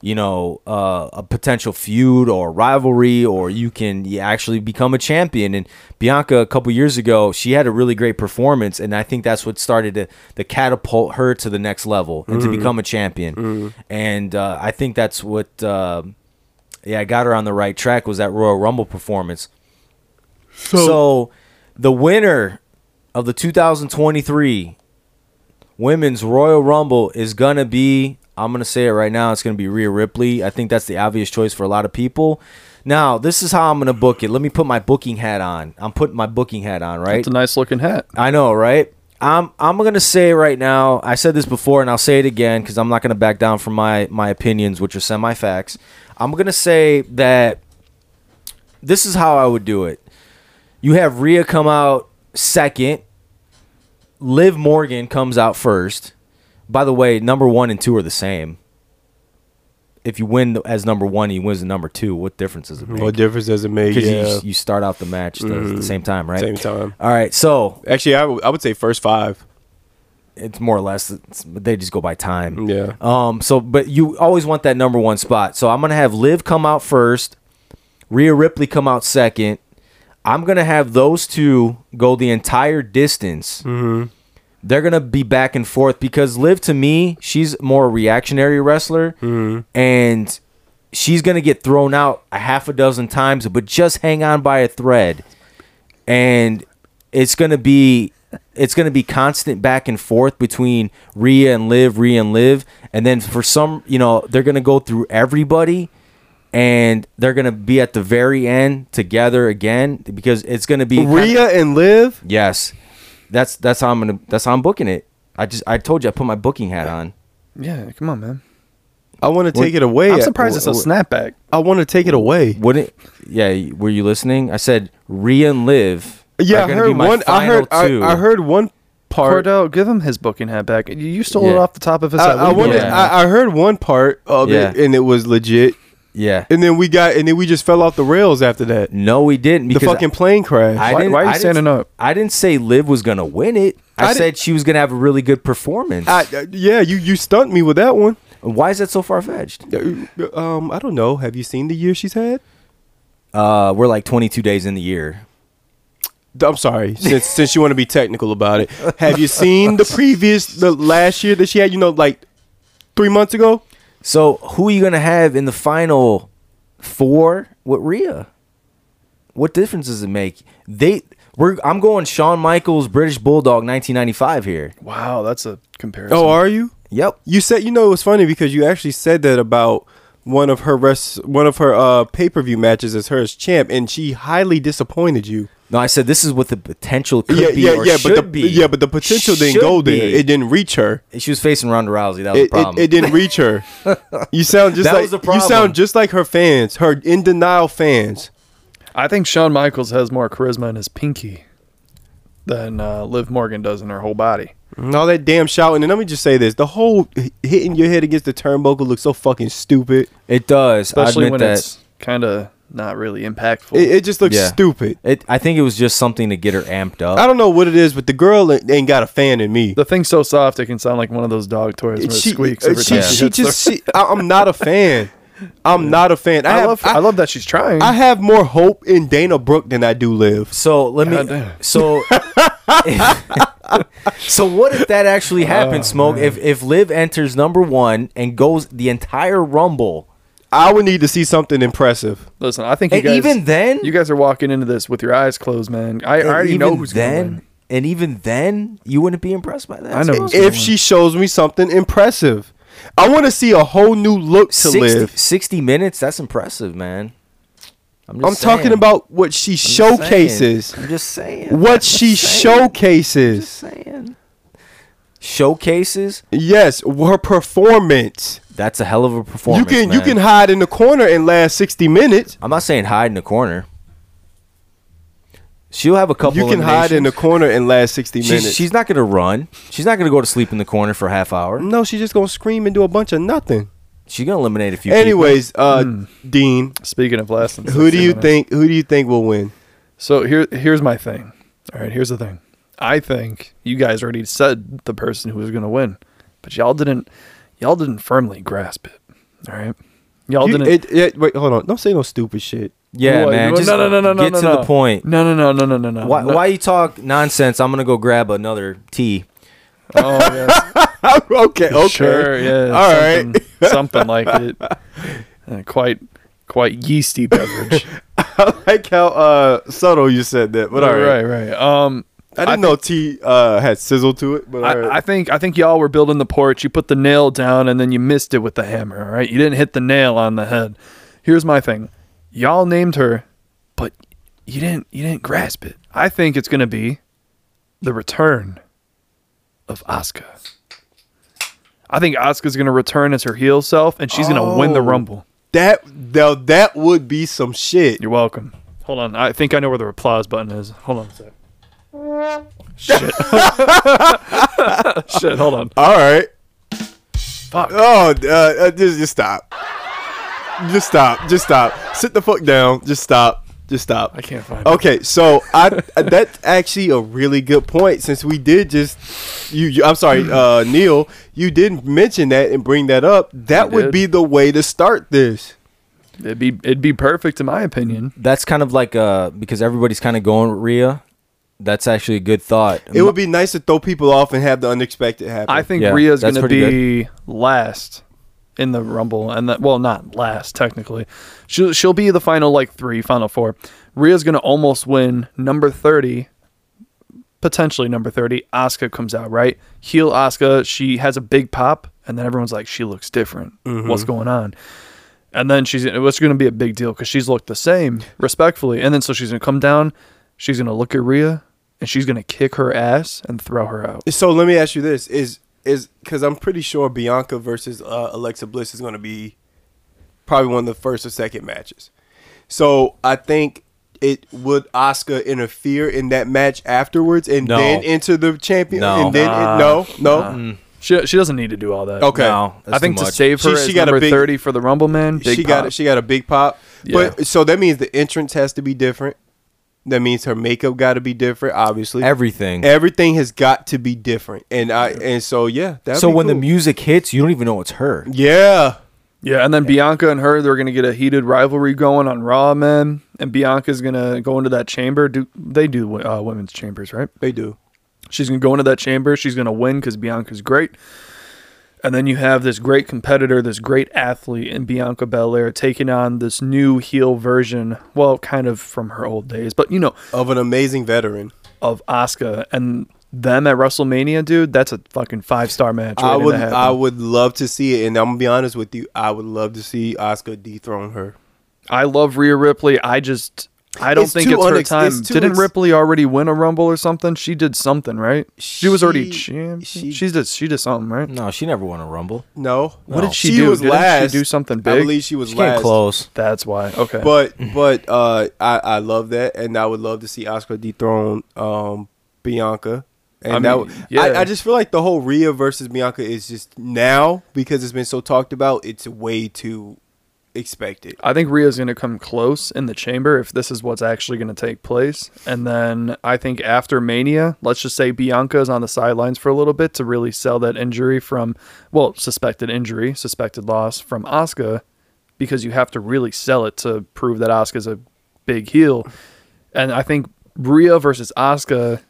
you know, uh, a potential feud or rivalry or you can you actually become a champion." And Bianca a couple years ago, she had a really great performance and I think that's what started to, to catapult her to the next level and to become a champion. And uh, I think that's what uh, yeah, I got her on the right track was that Royal Rumble performance. So, the winner of the 2023 Women's Royal Rumble is going to be, I'm going to say it right now, it's going to be Rhea Ripley. I think that's the obvious choice for a lot of people. Now, this is how I'm going to book it. Let me put my booking hat on. I'm putting my booking hat on, right? It's a nice looking hat. I know, right? I'm I'm gonna say right now. I said this before, and I'll say it again because I'm not gonna back down from my my opinions, which are semi facts. I'm gonna say that this is how I would do it. You have Rhea come out second. Liv Morgan comes out first. By the way, number one and two are the same. If you win as number one, he wins the number two. What difference does it make? What difference does it make? Because Yeah. Mm-hmm. you, you start out the match the, the same time, right? Same time. All right, so Actually, I w- I would say first five. it's more or less it's, they just go by time. Yeah. Um. So, but you always want that number one spot. So I'm gonna have Liv come out first, Rhea Ripley come out second. I'm gonna have those two go the entire distance. Mm-hmm. They're gonna be back and forth because Liv, to me, she's more a reactionary wrestler, and she's gonna get thrown out a half a dozen times, but just hang on by a thread and it's gonna be it's gonna be constant back and forth between Rhea and Liv, Rhea and Liv, and then for some, you know, they're gonna go through everybody, and they're gonna be at the very end together again because it's gonna be Rhea and Liv. yes, that's that's how I'm gonna that's how I'm booking it. I just I told you I put my booking hat on. Yeah, come on, man. I want to take it away. I'm surprised it's a I- snapback. I want to take it away. Wouldn't yeah? Were you listening? I said Rhea and Liv. are Yeah, I gonna be heard my one. I heard. final two. I, I heard one part. Cordell, give him his booking hat back. You, you stole it Yeah. off the top of his I, head. I, What are you wanted, doing? Yeah. I, I heard one part of it, Yeah. and it was legit. yeah. And then we got, and then we just fell off the rails after that. No, we didn't The because fucking plane crash. I Why- didn't, why are you I didn't- standing up? I didn't say Liv was gonna win it. I I, di- said she was gonna have a really good performance. I, uh, yeah, you you stunned me with that one. Why is that so far fetched? Uh, Um, I don't know. Have you seen the year she's had? Uh, we're like 22 days in the year. I'm *laughs* sorry. Since since you want to be technical about it, have you seen the previous the last year that she had? You know, like three months ago. So who are you gonna have in the final four with Rhea? What difference does it make? They we're I'm going Shawn Michaels British Bulldog 1995 here. wow, that's a comparison. Oh, are you? Yep. You said you know it was funny because you actually said that about one of her rest one of her uh pay per view matches as her as champ, and she highly disappointed you. No, I said this is what the potential could yeah, be yeah, or yeah, should but the be. yeah, but the potential didn't Should go there. be. It didn't reach her. she was facing Ronda Rousey. That was It, the problem. it, it didn't reach *laughs* her. You sound just That like was the you problem. sound just like her fans, her in denial fans. I think Shawn Michaels has more charisma in his pinky than uh, Liv Morgan does in her whole body. And Mm, all that damn shouting. And let me just say this: the whole h- hitting your head against the turnbuckle looks so fucking stupid. It does. I Especially admit when that. it's kind of not really impactful. It, it just looks Yeah. stupid. It, I think it was just something to get her amped up. I don't know what it is, but the girl ain't ain't got a fan in me. the thing's so soft it can sound like one of those dog toys where it squeaks uh, every she, time she *laughs* she hits just the- she, I, I'm not a fan. I'm not a fan. I, I have, love I, I, love that she's trying. I have more hope in Dana Brooke than I do Liv. So let me. God damn. So. *laughs* so what if that actually happens, Oh, Smoke? If if Liv enters number one and goes the entire Rumble, I would need to see something impressive. Listen, I think you And guys, even then- you guys are walking into this with your eyes closed, man. I and already even know who's then, going. and even then, you wouldn't be impressed by that. I know Smoke. who's gonna If she shows me something impressive, I want to see a whole new look to 60, Liv. 60 minutes. That's impressive, man. just I'm talking saying. about what she I'm just saying. showcases. I'm just saying. What she Just showcases. saying. Showcases. Yes, her performance. That's a hell of a You performance. can you man. can hide in the corner and last 60 minutes. I'm not saying hide in the corner. She'll have a couple. You can hide in the eliminations. corner and last 60 minutes. She's, she's not Mm. gonna run. She's not gonna go to sleep in the corner for a half hour. No, she's just gonna scream and do a bunch of nothing. She's gonna eliminate a few. Anyways, uh, Dean, Speaking of last, and who do 60 you minutes. think? Who do you think will win? So here, here's my thing. All right, here's the thing. I think you guys already said the person who was going to win, but y'all didn't. Y'all didn't firmly grasp it. All right, y'all You- didn't. it- it- wait, hold on. Don't say no stupid shit. *laughs* people. Yeah, What? man. No, Just no, no, no, no, Get no, to no. the point. No, no, no, no, no, no, no. Why, no. why you talk nonsense? I'm gonna go grab another tea. Oh, *laughs* yes. okay, okay. Sure, yeah. All right. something, something like *laughs* it. Uh, quite, quite yeasty *laughs* beverage. *laughs* I like how uh, subtle you said that, but all right. right, right. Um, I didn't know tea uh, had sizzle to it, but all right. I, I think I think y'all were building the porch. You put the nail down and then you missed it with the hammer. All right, you didn't hit the nail on the head. Here's my thing: y'all named her, but you didn't you didn't grasp it. I think it's gonna be the return of Asuka. I think Asuka's gonna return as her heel self, and she's gonna win the Oh. rumble. that now that would be some shit. You're welcome. Hold on, I think I know where the applause button is. Hold on a sec. *laughs* Shit. *laughs* Shit, hold on. All right. Fuck. Oh, uh, uh, just just stop. Just stop. Just stop. Sit the fuck down. Just stop. Just stop. I can't find it. Okay, so I uh, that's actually a really good point since we did just you, you I'm sorry, uh Neil, you didn't mention that and bring that up. That I would did. be the way to start this. It'd be it'd be perfect in my opinion. That's kind of like uh because everybody's kind of going with Rhea. That's actually a good thought. It would be nice to throw people off and have the unexpected happen. I think Yeah, Rhea's that's going to pretty be last in the Rumble, and that well, not last technically. She'll she'll be the final like three, final four. Rhea's going to almost win number thirty, potentially number thirty. Asuka comes out right, heel Asuka. She has a big pop, and then everyone's like, she looks different. What's going on? And then she's it was going to be a big deal because she's looked the same, respectfully. And then so she's going to come down, she's going to look at Rhea, and she's going to kick her ass and throw her out. so let me ask you this is is cuz I'm pretty sure Bianca versus uh, Alexa Bliss is going to be probably one of the first or second matches. So, I think it would Oscar interfere in that match afterwards and No. then enter the champion No. Mm. and then Nah. no no She she doesn't need to do all that. Okay. No, that's I think too to much. save her She- as she got a number big- thirty for the Rumble, man. Big she pop. got a, she got a big pop. Yeah. But so that means the entrance has to be different. That means her makeup got to be different. Obviously, everything. everything has got to be different. And I and so yeah. That'd so be when the cool. music hits, you don't even know it's her. yeah, yeah, and then Bianca and her they're gonna get a heated rivalry going on Raw, man. And Bianca's gonna go into that chamber. Do they do uh, women's chambers, right? they do. She's gonna go into that chamber. She's gonna win because Bianca's great. And then you have this great competitor, this great athlete in Bianca Belair taking on this new heel version. Well, kind of from her old days, but you know, Of an amazing veteran, of Asuka and them at WrestleMania, dude, that's a fucking five star match. I waiting to would happen. I would love to see it. And I'm gonna be honest with you, I would love to see Oscar dethrone her. I love Rhea Ripley. I just I don't It's think too it's her unex- time. it's too Didn't ex- Ripley already win a Rumble or something? She did something, right? She, was already She- champion. She, she- did she did something, right? No, she never won a rumble. No, What did she do? Didn't she do something I big? believe she was She last. came close. That's why. Okay. But but uh, I I love that, and I would love to see Oscar dethrone um, Bianca. And I that mean, w- yeah. I, I just feel like the whole Rhea versus Bianca is just now because it's been so talked about. It's way too expected. I think Rhea's going to come close in the chamber if this is what's actually going to take place. And then I think after Mania, let's just say Bianca's on the sidelines for a little bit to really sell that injury from, well, suspected injury, suspected loss from Asuka, because you have to really sell it to prove that Asuka's a big heel. And I think Rhea versus Asuka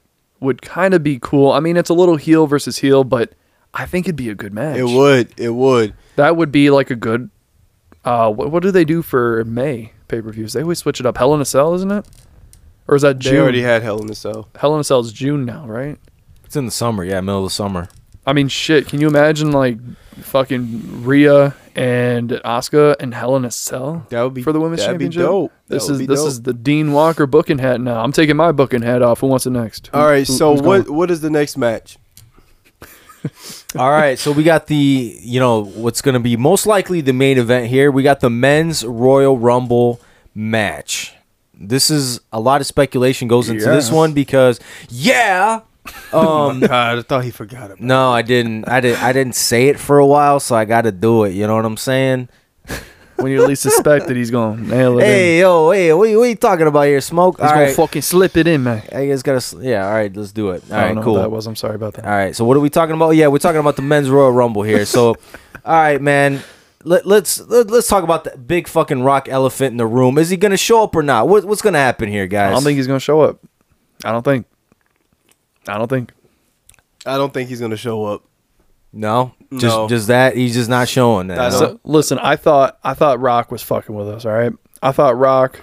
would kind of be cool. I mean, it's a little heel versus heel, but I think it'd be a good match. It would. It would. That would be like a good. Uh, what, what do they do for May pay per views? They always switch it up. Hell in a Cell, isn't it? Or is that They June? already had Hell in a Cell. Hell in a Cell is June now, right? It's in the summer. Yeah, middle of the summer. I mean, shit. Can you imagine like fucking Rhea and Asuka and Hell in a Cell That would be for the women's that'd be championship? dope. That This would is be this dope. is the Dean Walker booking hat now. I'm taking my booking hat off. Who wants it next? Who- All right. who- So who's what going? what is the next match? All right, so we got the you know what's going to be most likely the main event here. We got the men's Royal Rumble match. This is a lot of speculation goes into this Yeah. one because yeah, Um, *laughs* *laughs* God, I thought he forgot about. No, I didn't. I didn't. I didn't say it for a while, so I got to do it. You know what I'm saying? *laughs* when you at least suspect that he's gonna nail it. in. Hey, yo, hey, what, you- what you talking about here, Smoke? he's All gonna right. fucking slip it in, man. I guess gotta. sl- Yeah, all right, let's do it. All I don't right, know cool. what that was. I'm sorry about that. All right. So what are we talking about? Yeah, we're talking about the men's Royal Rumble here. So, *laughs* all right, man. Let, let's let, let's talk about the big fucking rock elephant in the room. Is he gonna show up or not? What, what's gonna happen here, guys? I don't think he's gonna show up. I don't think. I don't think. I don't think he's gonna show up. no. Just No. just that he's just not showing that. I huh? don't- So, listen, I thought I thought Rock was fucking with us. All right, I thought Rock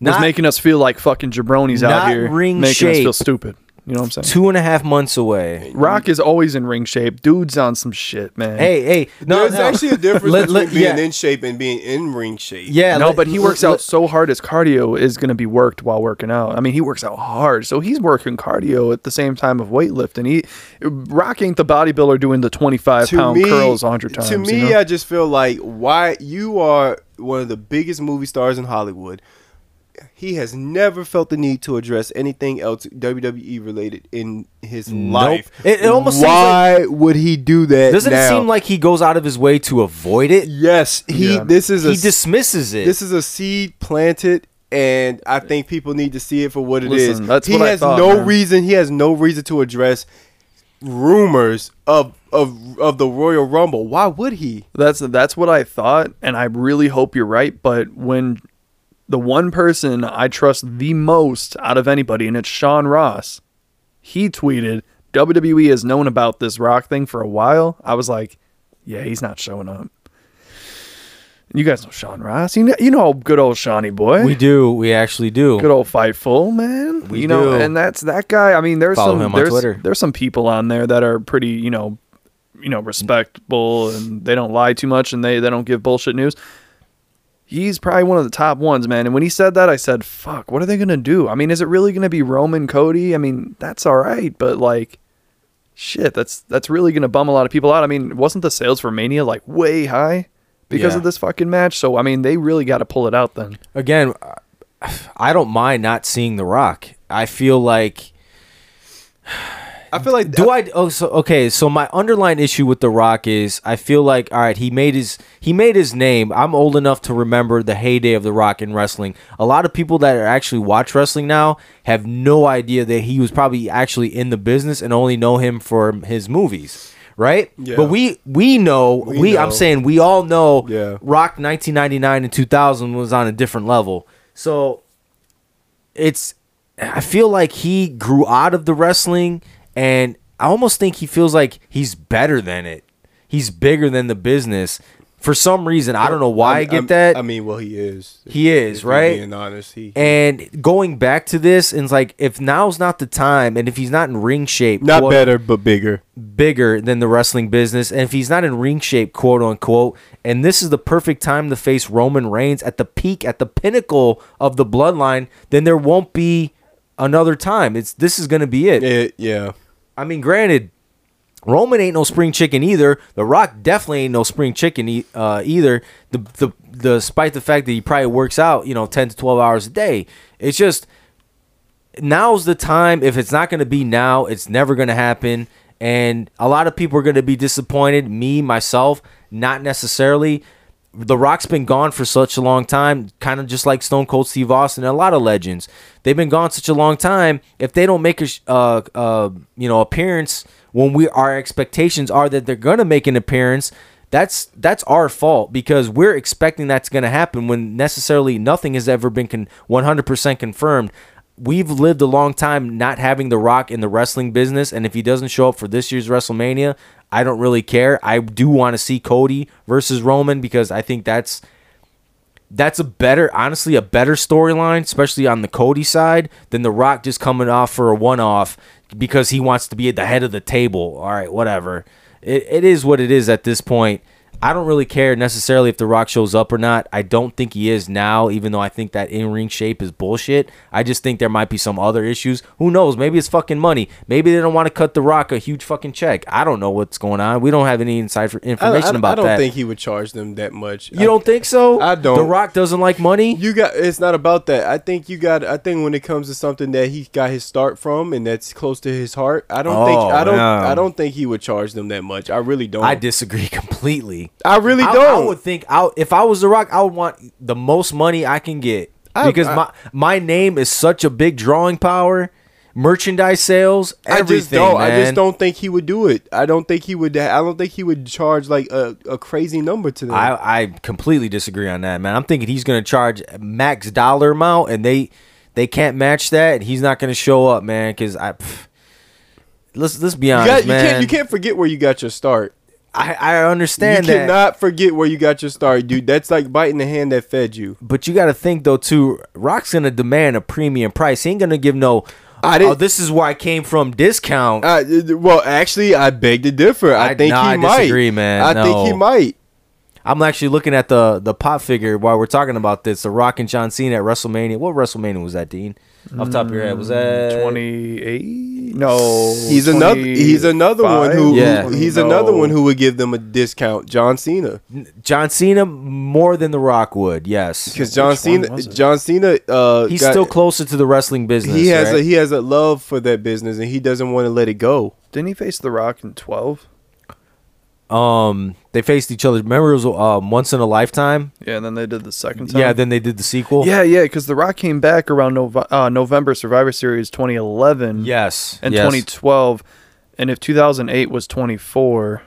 was Not- making us feel like fucking jabronis out Not here, ring making us feel shape. stupid. You know what I'm saying? Two and a half months away. Rock is always in ring shape. Dude's on some shit, man. Hey, hey. No, There's no. actually *laughs* a difference Let- between let- being yeah. in shape and being in ring shape. Yeah, no, let- but he works let- out so hard. His cardio is going to be worked while working out. I mean, he works out hard, so he's working cardio at the same time of weightlifting. He Rock ain't the bodybuilder doing the 25 To pound me- curls a hundred times. To me, you know? I just feel like why you are one of the biggest movie stars in Hollywood. He has never felt the need to address anything else WWE related in his life. It- it almost seems why would he do that? Doesn't now? it seem like he goes out of his way to avoid it? yes? He Yeah. this is a He dismisses it. this is a seed planted and I think people need to see it for what it is. Listen, that's he what I has thought, no man. reason he has no reason to address rumors of of of the Royal Rumble. Why would he? That's that's what I thought, and I really hope you're right. But when the one person I trust the most out of anybody, and it's Sean Ross, he tweeted, "WWE has known about this Rock thing for a while." I was like, "Yeah, he's not showing up." You guys know Sean Ross. You know, you know good old Shawnee boy. we do. We actually do. good old Fightful man. We you know, do. and that's that guy. I mean, there's Follow some him on there's Twitter. there's some people on there that are pretty you know you know respectable and they don't lie too much and they they don't give bullshit news. He's probably one of the top ones, man. And when he said that, I said, "Fuck, what are they gonna do? I mean, is it really gonna be Roman Cody? I mean, that's all right, but like." Shit, that's that's really gonna bum a lot of people out. I mean, wasn't the sales for Mania like way high because Yeah. of this fucking match? So I mean, they really got to pull it out then. again, I don't mind not seeing The Rock. I feel like I feel like do I oh so okay, so my underlying issue with The Rock is I feel like all right, he made his he made his name. I'm old enough to remember the heyday of The Rock in wrestling. A lot of people that are actually watch wrestling now have no idea that he was probably actually in the business and only know him for his movies. Right, Yeah. but we we know we, I'm know. saying we all know Yeah. Rock 1999 and 2000 was on a different level. So it's I feel like he grew out of the wrestling and I almost think he feels like he's better than it. He's bigger than the business. For some reason, I don't know why i I'm- get I'm- that. I mean, well, he is. He is, we're right? Being honest, he. and going back to this, and it's like if now's not the time, and if he's not in ring shape, not quote- better, but bigger. bigger than the wrestling business, and if he's not in ring shape, quote unquote, and this is the perfect time to face Roman Reigns at the peak, at the pinnacle of the bloodline, then there won't be another time. It's this is gonna be it. It, yeah. I mean, granted, Roman ain't no spring chicken either. The Rock definitely ain't no spring chicken e- uh, either. The the despite the fact that he probably works out, you know, ten to twelve hours a day. It's just now's the time. If it's not going to be now, it's never going to happen. And a lot of people are going to be disappointed. Me, myself, not necessarily. The Rock's been gone for such a long time, kind of just like Stone Cold Steve Austin and a lot of legends. They've been gone such a long time. If they don't make a sh- uh, uh, you know appearance when we our expectations are that they're going to make an appearance, that's that's our fault because we're expecting that's going to happen when necessarily nothing has ever been con- 100% confirmed. We've lived a long time not having The Rock in the wrestling business, and if he doesn't show up for this year's WrestleMania, I don't really care. I do want to see Cody versus Roman because I think that's that's a better, honestly, a better storyline, especially on the Cody side, than The Rock just coming off for a one off because he wants to be at the head of the table. All right, whatever. It, it is what it is at this point. I don't really care necessarily if The Rock shows up or not. I don't think he is now, even though I think that in ring shape is bullshit. I just think there might be some other issues. Who knows? Maybe it's fucking money. Maybe they don't want to cut The Rock a huge fucking check. I don't know what's going on. We don't have any inside for I, I, information about I don't that. think he would charge them that much. you don't think so? I don't. The Rock doesn't like money. You got. It's not about that. I think you got. I think when it comes to something that he got his start from and that's close to his heart, I don't think. Oh, I don't. yeah. I don't think he would charge them that much. I really don't. I disagree *laughs* completely. Oh. I really I, don't. I would think I if I was The Rock, I would want the most money I can get I- because I- my my name is such a big drawing power, merchandise sales, everything. I just don't. I man. just don't think he would do it. I don't think he would. I don't think he would charge like a, a crazy number to them. I, I completely disagree on that, man. I'm thinking he's going to charge max dollar amount, and they they can't match that. And he's not going to show up, man. Because I pff, let's let's be you, honest, got, you man. can't. You can't forget where you got your start. I, I You understand that. cannot forget where you got your start, dude. That's like biting the hand that fed you. But you got to think though too. Rock's gonna demand a premium price. He ain't gonna give no. I oh, didn't- this is where I came from. Discount. Uh, well, actually, I beg to differ. I, I- think no, he I might. disagree, man. I think he No. might. I'm actually looking at the the pop figure while we're talking about this. The Rock and John Cena at WrestleMania. What WrestleMania was that, Dean? Off the top of your head, was that 28? No. He's another. He's another one who. 25? Yeah. who- he's No. another one who would give them a discount. John Cena, John Cena more than The Rock would? Yes, because John Which one Cena. was it? John Cena. Uh, he's got- still closer to the wrestling business. He has right? a he has a love for that business, and he doesn't want to let it go. Didn't he face The Rock in 12? um. They faced each other. Remember, it was um, once in a lifetime. Yeah, and then they did the second time. Yeah. Then they did the sequel. Yeah, yeah, because The Rock came back around Nov- uh, November Survivor Series 2011 Yes. and yes. 2012. And if 2008 was 24,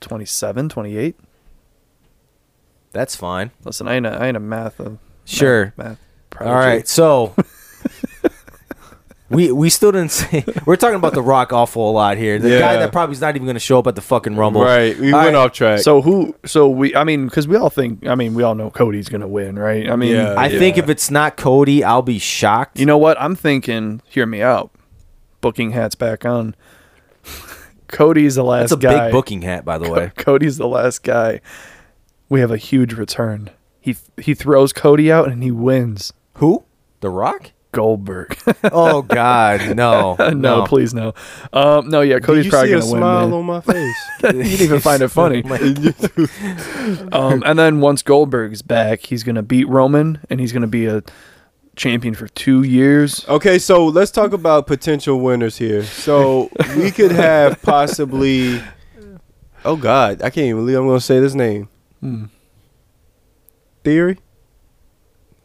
27, 28? That's fine. Listen, I ain't a, I ain't a math. Of, Sure. Math, math All right, so *laughs* we we still didn't say we're talking about the Rock awful a lot here. The guy Yeah. that probably is not even going to show up at the fucking Rumble. Right, we All went right, off track. So who? So we? I mean, because we all think. I mean, we all know Cody's gonna win, right? I mean, Yeah. I think Yeah. if it's not Cody, I'll be shocked. you know what? I'm thinking. Hear me out. Booking hats back on. *laughs* Cody's the last that's a guy. *laughs* big booking hat, by the way. Cody's the last guy. We have a huge return. He he throws Cody out and he wins. Who? The Rock? Goldberg. *laughs* Oh God, no, no, no, please no. Um, no, yeah, Did Cody's you probably see a gonna win. smile man. on my face? *laughs* you didn't even find *laughs* it funny. *laughs* um, and then once Goldberg's back, he's gonna beat Roman, and he's gonna be a champion for two years. okay, so let's talk about potential winners *laughs* here. So we could have possibly. Oh God, I can't even believe I'm going to say this name. Hmm. Theory?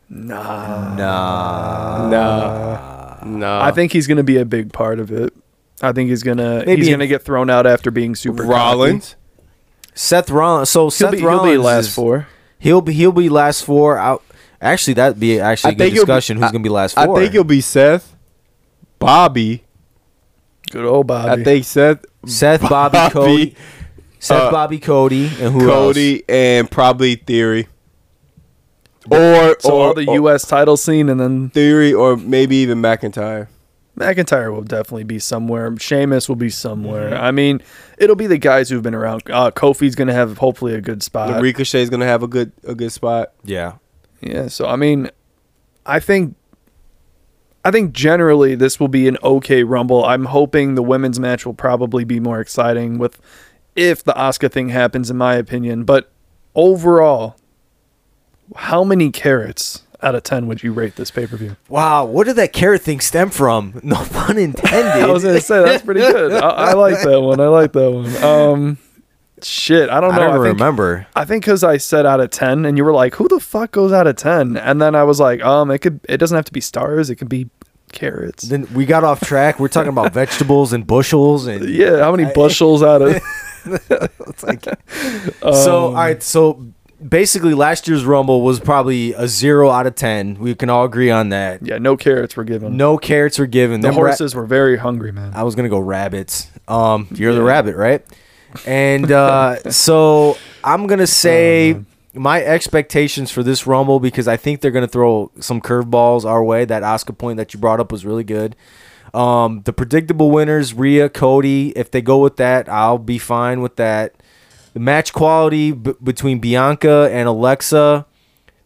Nah, Nah, Nah, nah. I think he's gonna be a big part of it. I think he's gonna Maybe he's in- gonna get thrown out after being super cocky. Rollins. Seth Rollins. So He'll Seth be, he'll Rollins be last is- four. He'll be he'll be last four. Out. Actually, that'd be actually a I good think it'll be- discussion. Who's gonna be last I four? think it'll be Seth, Bobby. Good old Bobby. I think Seth, Seth, Bobby, Bobby, Cody, Seth, uh, Bobby, Cody, and who Cody, else? and probably Theory. Or so. or all the or U.S. title scene, and then Theory, or maybe even McIntyre. McIntyre will definitely be somewhere. Sheamus will be somewhere. I mean, it'll be the guys who've been around. Uh, Kofi's gonna have hopefully a good spot. The Ricochet's gonna have a good a good spot. Yeah. Yeah, so I mean, I think I think generally this will be an okay rumble. I'm hoping the women's match will probably be more exciting with if the Oscar thing happens in my opinion, but overall how many carrots out of 10 would you rate this pay-per-view? Wow, what did that carrot thing stem from? *laughs* No pun intended. *laughs* I was going to say that's pretty good. *laughs* I, I like that one. I like that one. Um shit, I don't I know. don't I think- remember. I think because I said out of ten, and you were like, "Who the fuck goes out of 10? And then I was like, "Um, it could. It doesn't have to be stars. It could be carrots. Then we got off track. We're *laughs* talking about vegetables and bushels and Yeah, how many bushels out *laughs* of? Um, so all right, so basically last year's rumble was probably a 0 out of 10. We can all agree on that. yeah, no carrots were given. No carrots were given. the Them ra- horses were very hungry, man. I was gonna go rabbits. Um, you're the rabbit, right? And uh, so I'm gonna say my expectations for this rumble because I think they're gonna throw some curveballs our way. That Oscar point that you brought up was really good. Um, the predictable winners, Rhea, Cody. If they go with that, I'll be fine with that. The match quality b- between Bianca and Alexa,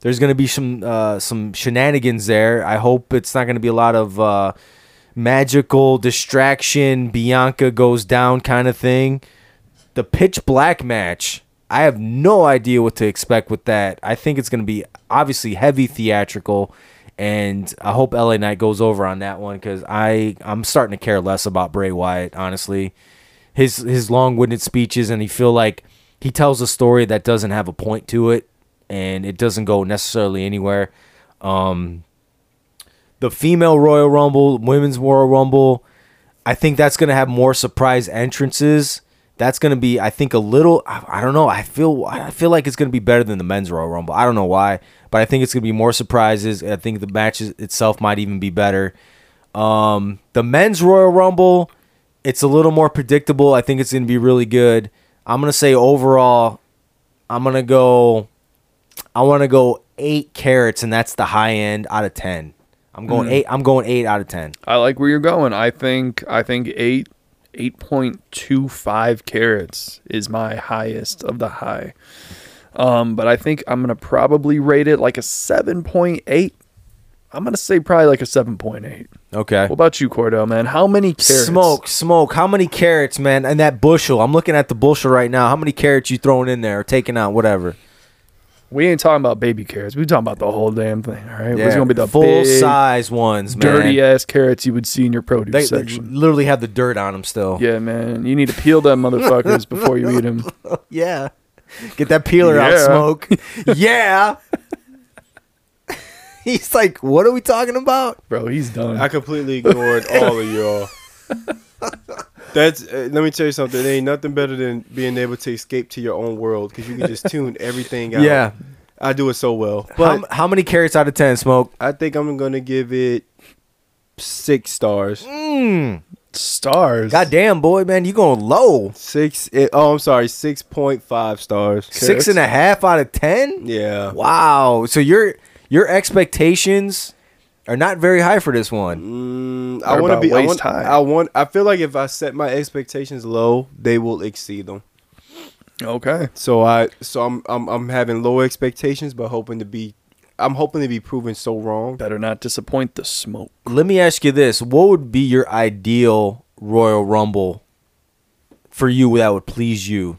there's going to be some uh, some shenanigans there. I hope it's not going to be a lot of uh, magical distraction. Bianca goes down kind of thing. The pitch black match. I have no idea what to expect with that. I think it's going to be obviously heavy theatrical, and I hope LA Knight goes over on that one because I I'm starting to care less about Bray Wyatt honestly. His his long winded speeches and he feel like he tells a story that doesn't have a point to it and it doesn't go necessarily anywhere. Um, the female Royal Rumble, women's Royal Rumble, I think that's going to have more surprise entrances. That's going to be, I think, a little. I, I don't know. I feel. I feel like it's going to be better than the men's Royal Rumble. I don't know why, but I think it's going to be more surprises. I think the matches itself might even be better. Um, the men's Royal Rumble, it's a little more predictable. I think it's going to be really good. I'm going to say overall, I'm going to go. I want to go eight carats, and that's the high end out of ten. I'm going eight. I'm going eight out of ten. I like where you're going. I think I think eight eight point two five carats is my highest of the high. Um, but I think I'm gonna probably rate it like a seven point eight. I'm gonna say probably like a seven point eight. Okay. What about you, Cordell? Man, how many carats? Smoke, smoke. How many carats, man? And that bushel. I'm looking at the bushel right now. How many carats you throwing in there or taking out, whatever? We ain't talking about baby carrots. We talking about the whole damn thing. All right, it's gonna be the full big, size ones, man. dirty ass carrots you would see in your produce They, they section. literally have the dirt on them still. yeah, man, you need to peel them motherfuckers before you eat them. *laughs* Yeah. Get that peeler out, Yeah. *laughs* smoke. yeah. *laughs* He's like, what are we talking about? bro. He's done. I completely ignored all of y'all. *laughs* That's uh, let me tell you something. There ain't nothing better than being able to escape to your own world because you can just tune everything out. Yeah. I do it so well. How, But how many carats out of 10, smoke? I think I'm gonna give it six stars. Hmm. Stars. Goddamn, boy, man, you going low. Six. eh, Oh, I'm sorry. Six point five stars. Six and a half out of 10? Yeah. Wow. So your your expectations are not very high for this Mm, one. They're I want to about be. I waist want, high. I want. I feel like if I set my expectations low, they will exceed them. Okay. So I. So I'm. I'm. I'm having low expectations, but hoping to be. I'm hoping to be proven so wrong. Better not disappoint the smoke. Let me ask you this. What would be your ideal Royal Rumble for you that would please you?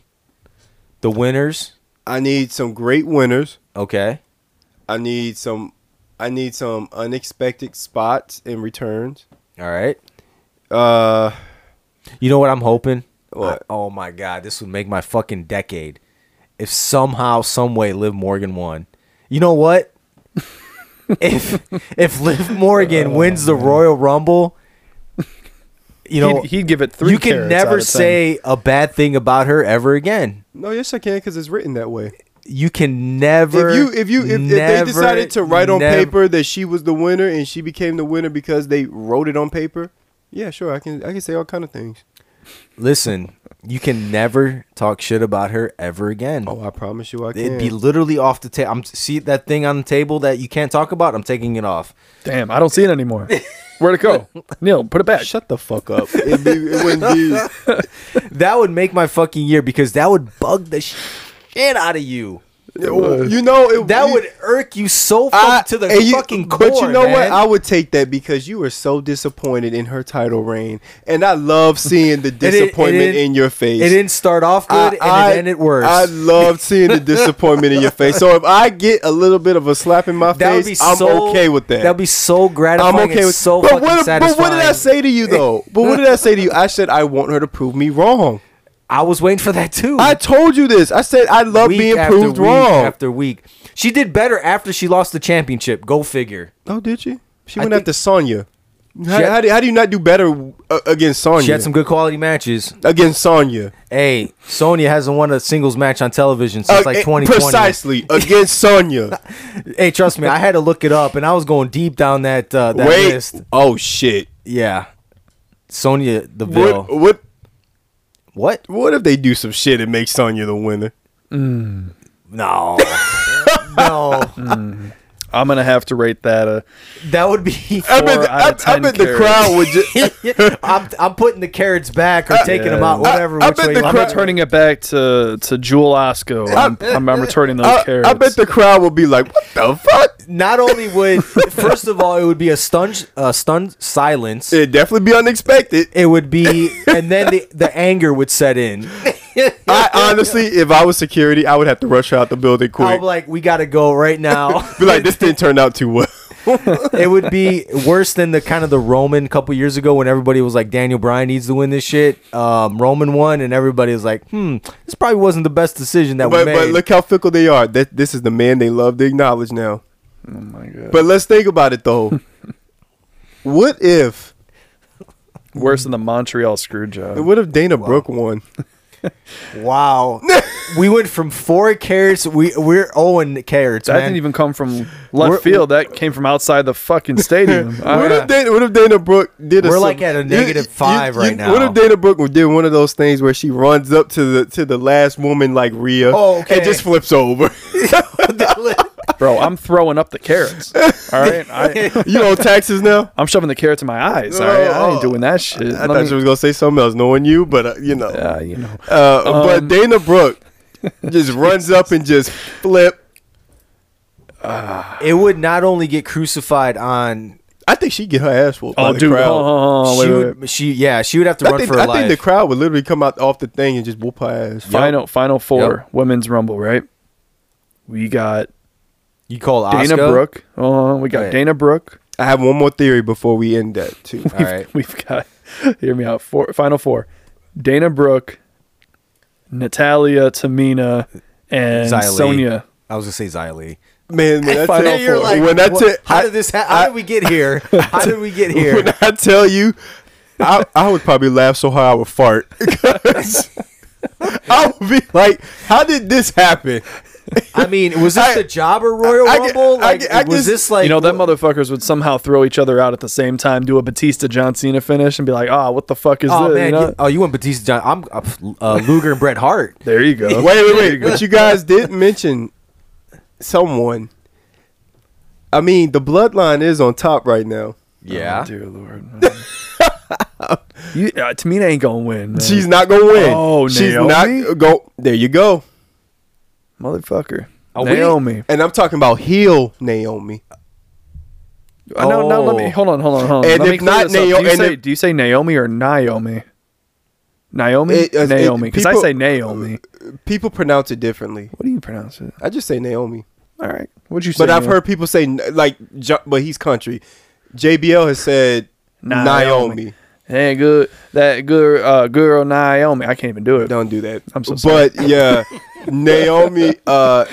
The winners? I need some great winners. Okay. I need some. I need some unexpected spots and returns. All right. Uh, You know what I'm hoping? What? I- oh my god, this would make my fucking decade. If somehow, some way, Liv Morgan won. You know *laughs* what? if if Liv Morgan Oh, wins the Royal Rumble, you know he'd, he'd give it three. you can carrots out never of 10. say a bad thing about her ever again. no, yes, I can because it's written that way. You can never. if you if you if, if never, they decided to write on never- paper that she was the winner and she became the winner because they wrote it on paper, yeah, sure, I can I can say all kind of things. listen, you can never talk shit about her ever again. Oh, I promise you, I can. It'd be literally off the table. I'm see that thing on the table that you can't talk about. I'm taking it off. Damn, I don't see it *laughs* anymore. Where'd it go? Neil, put it back. Shut the fuck up. It'd be, it wouldn't *laughs* be. That would make my fucking year because that would bug the shit out of you. You know, it, That you- would irk you so fucking I- to the and you- fucking core. But you know what? man. I would take that because you were so disappointed in her title reign, and I love seeing the *laughs* It didn't- it disappointment didn't- in your face. It didn't start off good and it ended worse. I *laughs* loved seeing the disappointment in your face. So if I get a little bit of a slap in my that would face, be I'm so, okay with that. That would be so gratifying. I'm okay with so but fucking what, but what did I satisfying. say to you *laughs* though? But what did I say to you? I said I want her to prove me wrong. I was waiting for that too. I told you this. I said I love Week being after proved week wrong. after week. She did better after she lost the championship. Go figure. oh, did she? She I went think- after Sonya. How, had- how, do, how do you not do better uh, against Sonya? She had some good quality matches. against Sonya. Hey, Sonya hasn't won a singles match on television since Uh, like eh, 2020. precisely *laughs* against Sonya. Hey, trust me, I had to look it up, and I was going deep down that uh, that Wait. list. Oh shit. Yeah, Sonya Deville. What, What? what what? what if they do some shit and make *laughs* Sonya the winner? No, no. I'm gonna have to rate that. Uh, That would be. *laughs* I Four bet, the, out of I, I 10 bet the carrots. *laughs* crowd would just. I'm, I'm putting the carrots back or taking them out, whatever. I- I which bet way the you I'm want crowd- it. returning it back to to Jewel Osco. I'm, I'm, I'm returning those I, carrots. I bet the crowd would be like, "What the fuck?" Not only would, first of all, it would be a stunned, uh, stunned silence. It'd definitely be unexpected. It would be, and then the, the anger would *laughs* set in. I honestly, if I was security, I would have to rush her out the building I'm quick. like, we gotta go right *laughs* now. Be like, this didn't turn out too well. it would be worse than the kind of the Roman couple years ago when everybody was like, Daniel Bryan needs to win this shit. Um, Roman won, and everybody was like, hmm, this probably wasn't the best decision that But, we made. but look how fickle they are. That this is the man they love to acknowledge now. oh my god. But let's think about it *laughs* though. what if? Worse than the Montreal screw job. What if Dana Brooke *laughs* won? *laughs* wow, we went from four carrots. We we're Owen carrots, that man. didn't even come from left We're- field. That came from outside the fucking *laughs* stadium. What Uh, if, Dana, what if Dana Brooke did? A We're sub- like at a negative five right now. What if Dana Brooke did one of those things where she runs up to the to the last woman like Rhea Oh, okay. and just flips over? *laughs* bro, I'm throwing up the carrots. All right, I, *laughs* you know taxes *laughs* now. I'm shoving the carrots in my eyes. All right, I ain't doing that shit. Let I thought me- you was gonna say something else, knowing you, but uh, you know. Ah, you know. Uh, Um, but Dana *laughs* Brooke just runs up and just flip. it would not only get crucified on. I think she get her ass whooped by Oh, the dude, crowd. hold on, hold on, she, Oh, wait, wait, would, she yeah, she would have to I, run think, for her I life. think the crowd would literally come out off the thing and just whoop her ass. Final final four women's rumble, right? We got you call Dana Asuka? Brooke. Oh, we got Right. Dana Brooke. *laughs* I have one more theory before we end that too. All right. We've got hear me out. Four final four. Dana Brooke, Natalia, Tamina, and Xylee. Sonia. I was gonna say Xylee. *laughs* Man, when I And tell, then you're like, when I "What- tell- how I- did this? Ha- how I- did we get here? How did we get here? *laughs* When I tell you, I, I would probably laugh so hard I would fart. *laughs* 'Cause I would be like, "How did this happen?" *laughs* I mean, was this I- the Jobber Royal I- I get- Rumble? I Like, get- I was just- *laughs* this like you know, them motherfuckers would somehow throw each other out at the same time, do a Batista John Cena finish, and be like, "Ah, what the fuck is Oh this?" man! you know? you- oh, you went Batista John. I'm uh, pff, *laughs* uh, Luger and Bret *laughs* Hart. There you go. Wait, wait, wait! But you guys did mention someone. I mean, the bloodline is on top right now. Oh, *laughs* dear lord. *laughs* you, uh, Tamina ain't gonna win. man. She's not gonna win. Oh, she's Naomi? not go. There you go. motherfucker. Are we- Naomi. And I'm talking about heel Naomi. Uh, no, no, let me Oh. hold on, hold on, hold on. And let if me clear not this up. Nao- do you, and say, if- do you say Naomi or Naomi? Naomi, It- uh, Naomi, it- because I people- say Naomi. People pronounce it differently. What do you pronounce it? I just say Naomi. All right, what'd you say? But I've Naomi? heard people say like, J- but he's country. JBL has said Naomi. Naomi. hey, good that good uh, girl Naomi. I can't even do it. Don't do that. I'm so sorry. But yeah, *laughs* Naomi. Uh,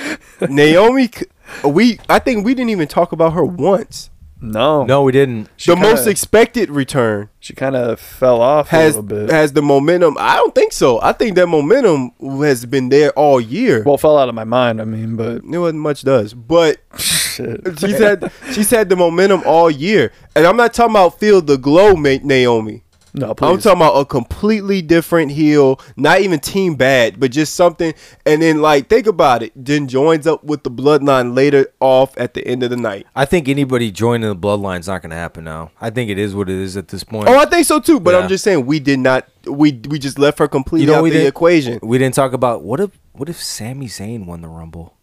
Naomi. c- We. I think we didn't even talk about her once. No, No, we didn't. the kinda- most expected return She kind of fell off has a little bit. has the momentum. I don't think so. I think that momentum has been there all year. well, fell out of my mind. I mean, but *laughs* it wasn't much does, but shit. she's had she's had the momentum all year. And I'm not talking about feel the glow, Ma- Naomi. No, I'm please. talking about a completely different heel, not even team bad, but just something. And then, like, think about it. Then joins up with the bloodline later off at the end of the night. I think anybody joining the bloodline's not going to happen now. I think it is what it is at this point. Oh, I think so too. But Yeah. I'm just saying we did not. We we just left her completely out the didn't- equation. We didn't talk about what if what if Sami Zayn won the Rumble.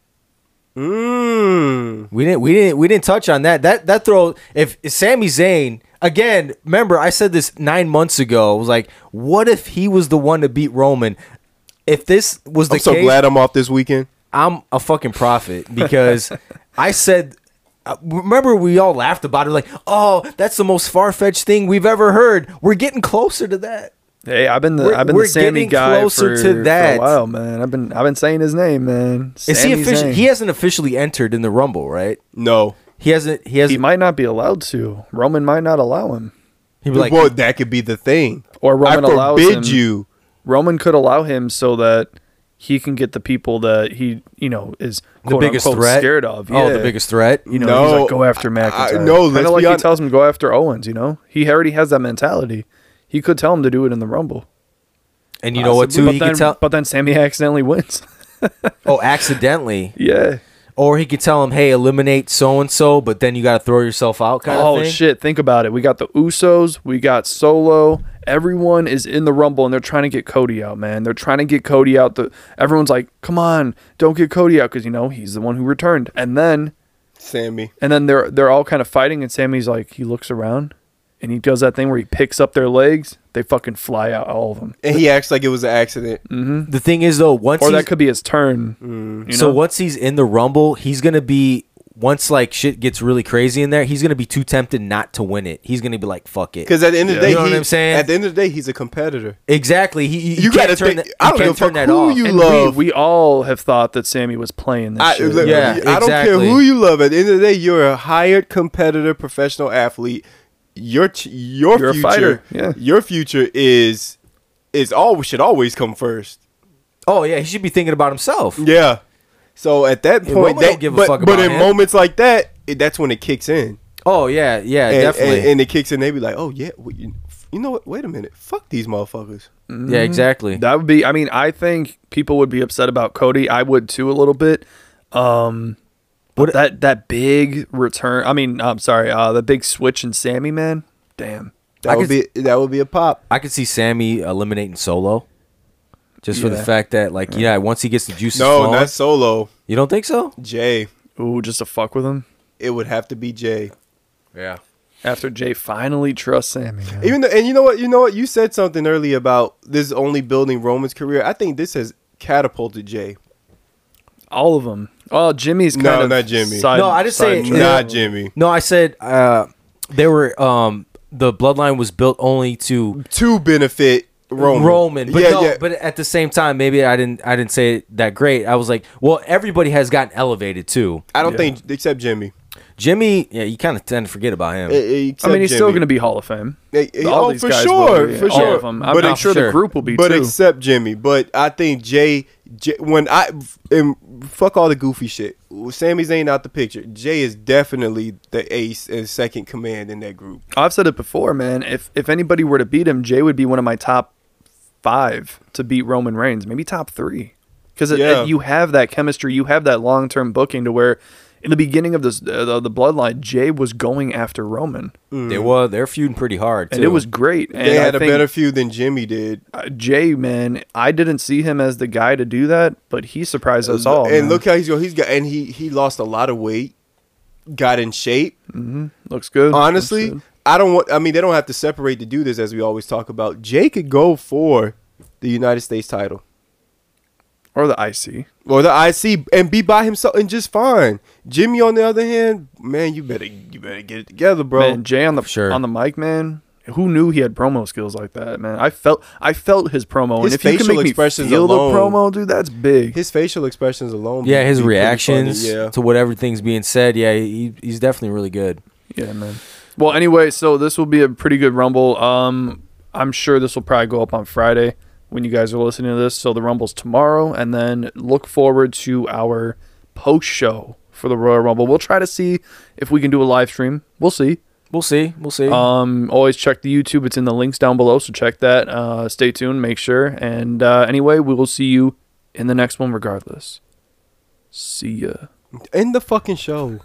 Mm. We didn't we didn't we didn't touch on that. That that throw if Sami Zayn again, remember I said this 9 months ago. I was like, what if he was the one to beat Roman? If this was the I'm so case, glad I'm off this weekend. I'm a fucking prophet because I said. uh, Remember, we all laughed about it, like, "Oh, that's the most far fetched thing we've ever heard." We're getting closer to that. Hey, I've been the We're- I've been we're the Sammy getting guy closer for, to for that. a while, man. I've been I've been saying his name, man. Is Sami he officially? Zayn. He hasn't officially entered in the Rumble, right? No. He hasn't. He He hasn't. might not be allowed to. Roman might not allow him, He'd be like, well, that could be the thing. or Roman I allows forbid him. you. Roman could allow him so that he can get the people that he you know is the quote biggest unquote threat. scared of. Oh, Yeah. the biggest threat. You know, he's No, like go after I- I- McIntyre. no, kind let's of like be he hon- tells him to go after Owens. You know, he already has that mentality. He could tell him to do it in the Rumble. And you know what? Too, Possibly. *laughs* you But can then, tell. but then Sammy accidentally wins. Oh, accidentally. yeah. Or he could tell him, hey, eliminate so and so, but then you got to throw yourself out kind Oh of thing. shit! Think about it. We got the Usos. We got Solo. Everyone is in the Rumble, and they're trying to get Cody out. Man, they're trying to get Cody out. The everyone's like, "Come on, don't get Cody out," because you know he's the one who returned. And then, Sammy. and then they're they're all kind of fighting, and Sammy's like, he looks around, and he does that thing where he picks up their legs. They fucking fly out, all of them. And he acts like it was an accident. The thing is, though, once Or he's, that could be his turn. you so know? once he's in the rumble, he's gonna be once like shit gets really crazy in there, he's gonna be too tempted not to win it. He's gonna be like, fuck it. Because at the end of the Yeah. day, You know what he- I'm saying? At the end of the day, he's a competitor. Exactly. He, he- he You can't gotta turn think- that, I he don't can't give a turn fuck that who off. you And love- We, we all have thought that Sammy was playing this I, shit. look, Yeah, I don't care exactly. who you love. At the end of the day, you're a hired competitor, professional athlete. Your ch- your You're a future, fighter, yeah. your future is is always should always come first. Oh yeah, he should be thinking about himself. Yeah. So at that Yeah, point, Roman that, don't give a but, fuck but about in him. moments like that, it, that's when it kicks in. Oh yeah, yeah, and, definitely. And, and it kicks in. They be like, oh yeah, well, you, you know what? Wait a minute, fuck these motherfuckers. yeah, exactly. That would be. I mean, I think people would be upset about Cody. I would too a little bit. Um, but that that big return. I mean, I'm sorry. Uh, the big switch in Sammy, man. Damn. That I would could- be that would be a pop. I could see Sammy eliminating Solo, just for the Yeah. fact that like yeah, once he gets the juices No, flowing- not solo. you don't think so? Jay. Ooh, just to fuck with him It would have to be Jay. Yeah. after Jay finally trusts Sammy. man. Even though, and you know what, you know what, you said something earlier about this only building Roman's career. I think this has catapulted Jay. All of them. Oh, Jimmy's kind No, of not Jimmy. side- No, I just side- say- Yeah. Not Jimmy. No, I said uh, they were um, the bloodline was built only to To benefit Roman. Roman, but no, but at the same time, maybe I didn't I didn't say it that great. I was like, well, everybody has gotten elevated too. I don't Yeah. think except Jimmy. Jimmy, yeah, you kind of tend to forget about him. Eh, eh, I except mean, he's still Jimmy. going to be Hall of Fame. Eh, eh, All oh, these for guys will sure, be. for All sure. of them. I'm But not ex- sure the sure. group will be but too. except Jimmy. But I think Jay, Jay when I and fuck all the goofy shit. Sami Zayn out the picture. Jay is definitely the ace and second command in that group. I've said it before, man. If if anybody were to beat him, Jay would be one of my top five to beat Roman Reigns, maybe top three, because Yeah. you have that chemistry, you have that long term booking to where, in the beginning of this uh, the, the bloodline, Jay was going after Roman, They were they're feuding pretty hard, too. Mm. and it was great. And They I had a think, better feud than Jimmy did. uh, Jay, man. I didn't see him as the guy to do that, but he surprised us all. and man. look how he's going. He's got and he he lost a lot of weight, got in *laughs* shape. looks good. Honestly, Looks I don't want. I mean, they don't have to separate to do this as we always talk about. Jay could go for the United States title good. or the IC. or the IC and be by himself and just fine. Jimmy, on the other hand, man, you better you better get it together, bro. man, Jay on the Sure. on the mic, man. Who knew he had promo skills like that, man? I felt I felt his promo, and His if you can facial make me feel expressions the alone- promo, dude, that's big. his facial expressions alone, yeah, his be pretty funny, reactions yeah. to whatever things being said, yeah, he, he's definitely really good. yeah, man. Well, anyway, so this will be a pretty good rumble. Um, I'm sure this will probably go up on Friday when you guys are listening to this. So the rumble's tomorrow, and then look forward to our post show for the Royal Rumble. We'll try to see if we can do a live stream. We'll see. We'll see, we'll see. Um, always check the YouTube. It's in the links down below, so check that. Uh, stay tuned, make sure. And uh, anyway, we will see you in the next one regardless. See ya. End the fucking show.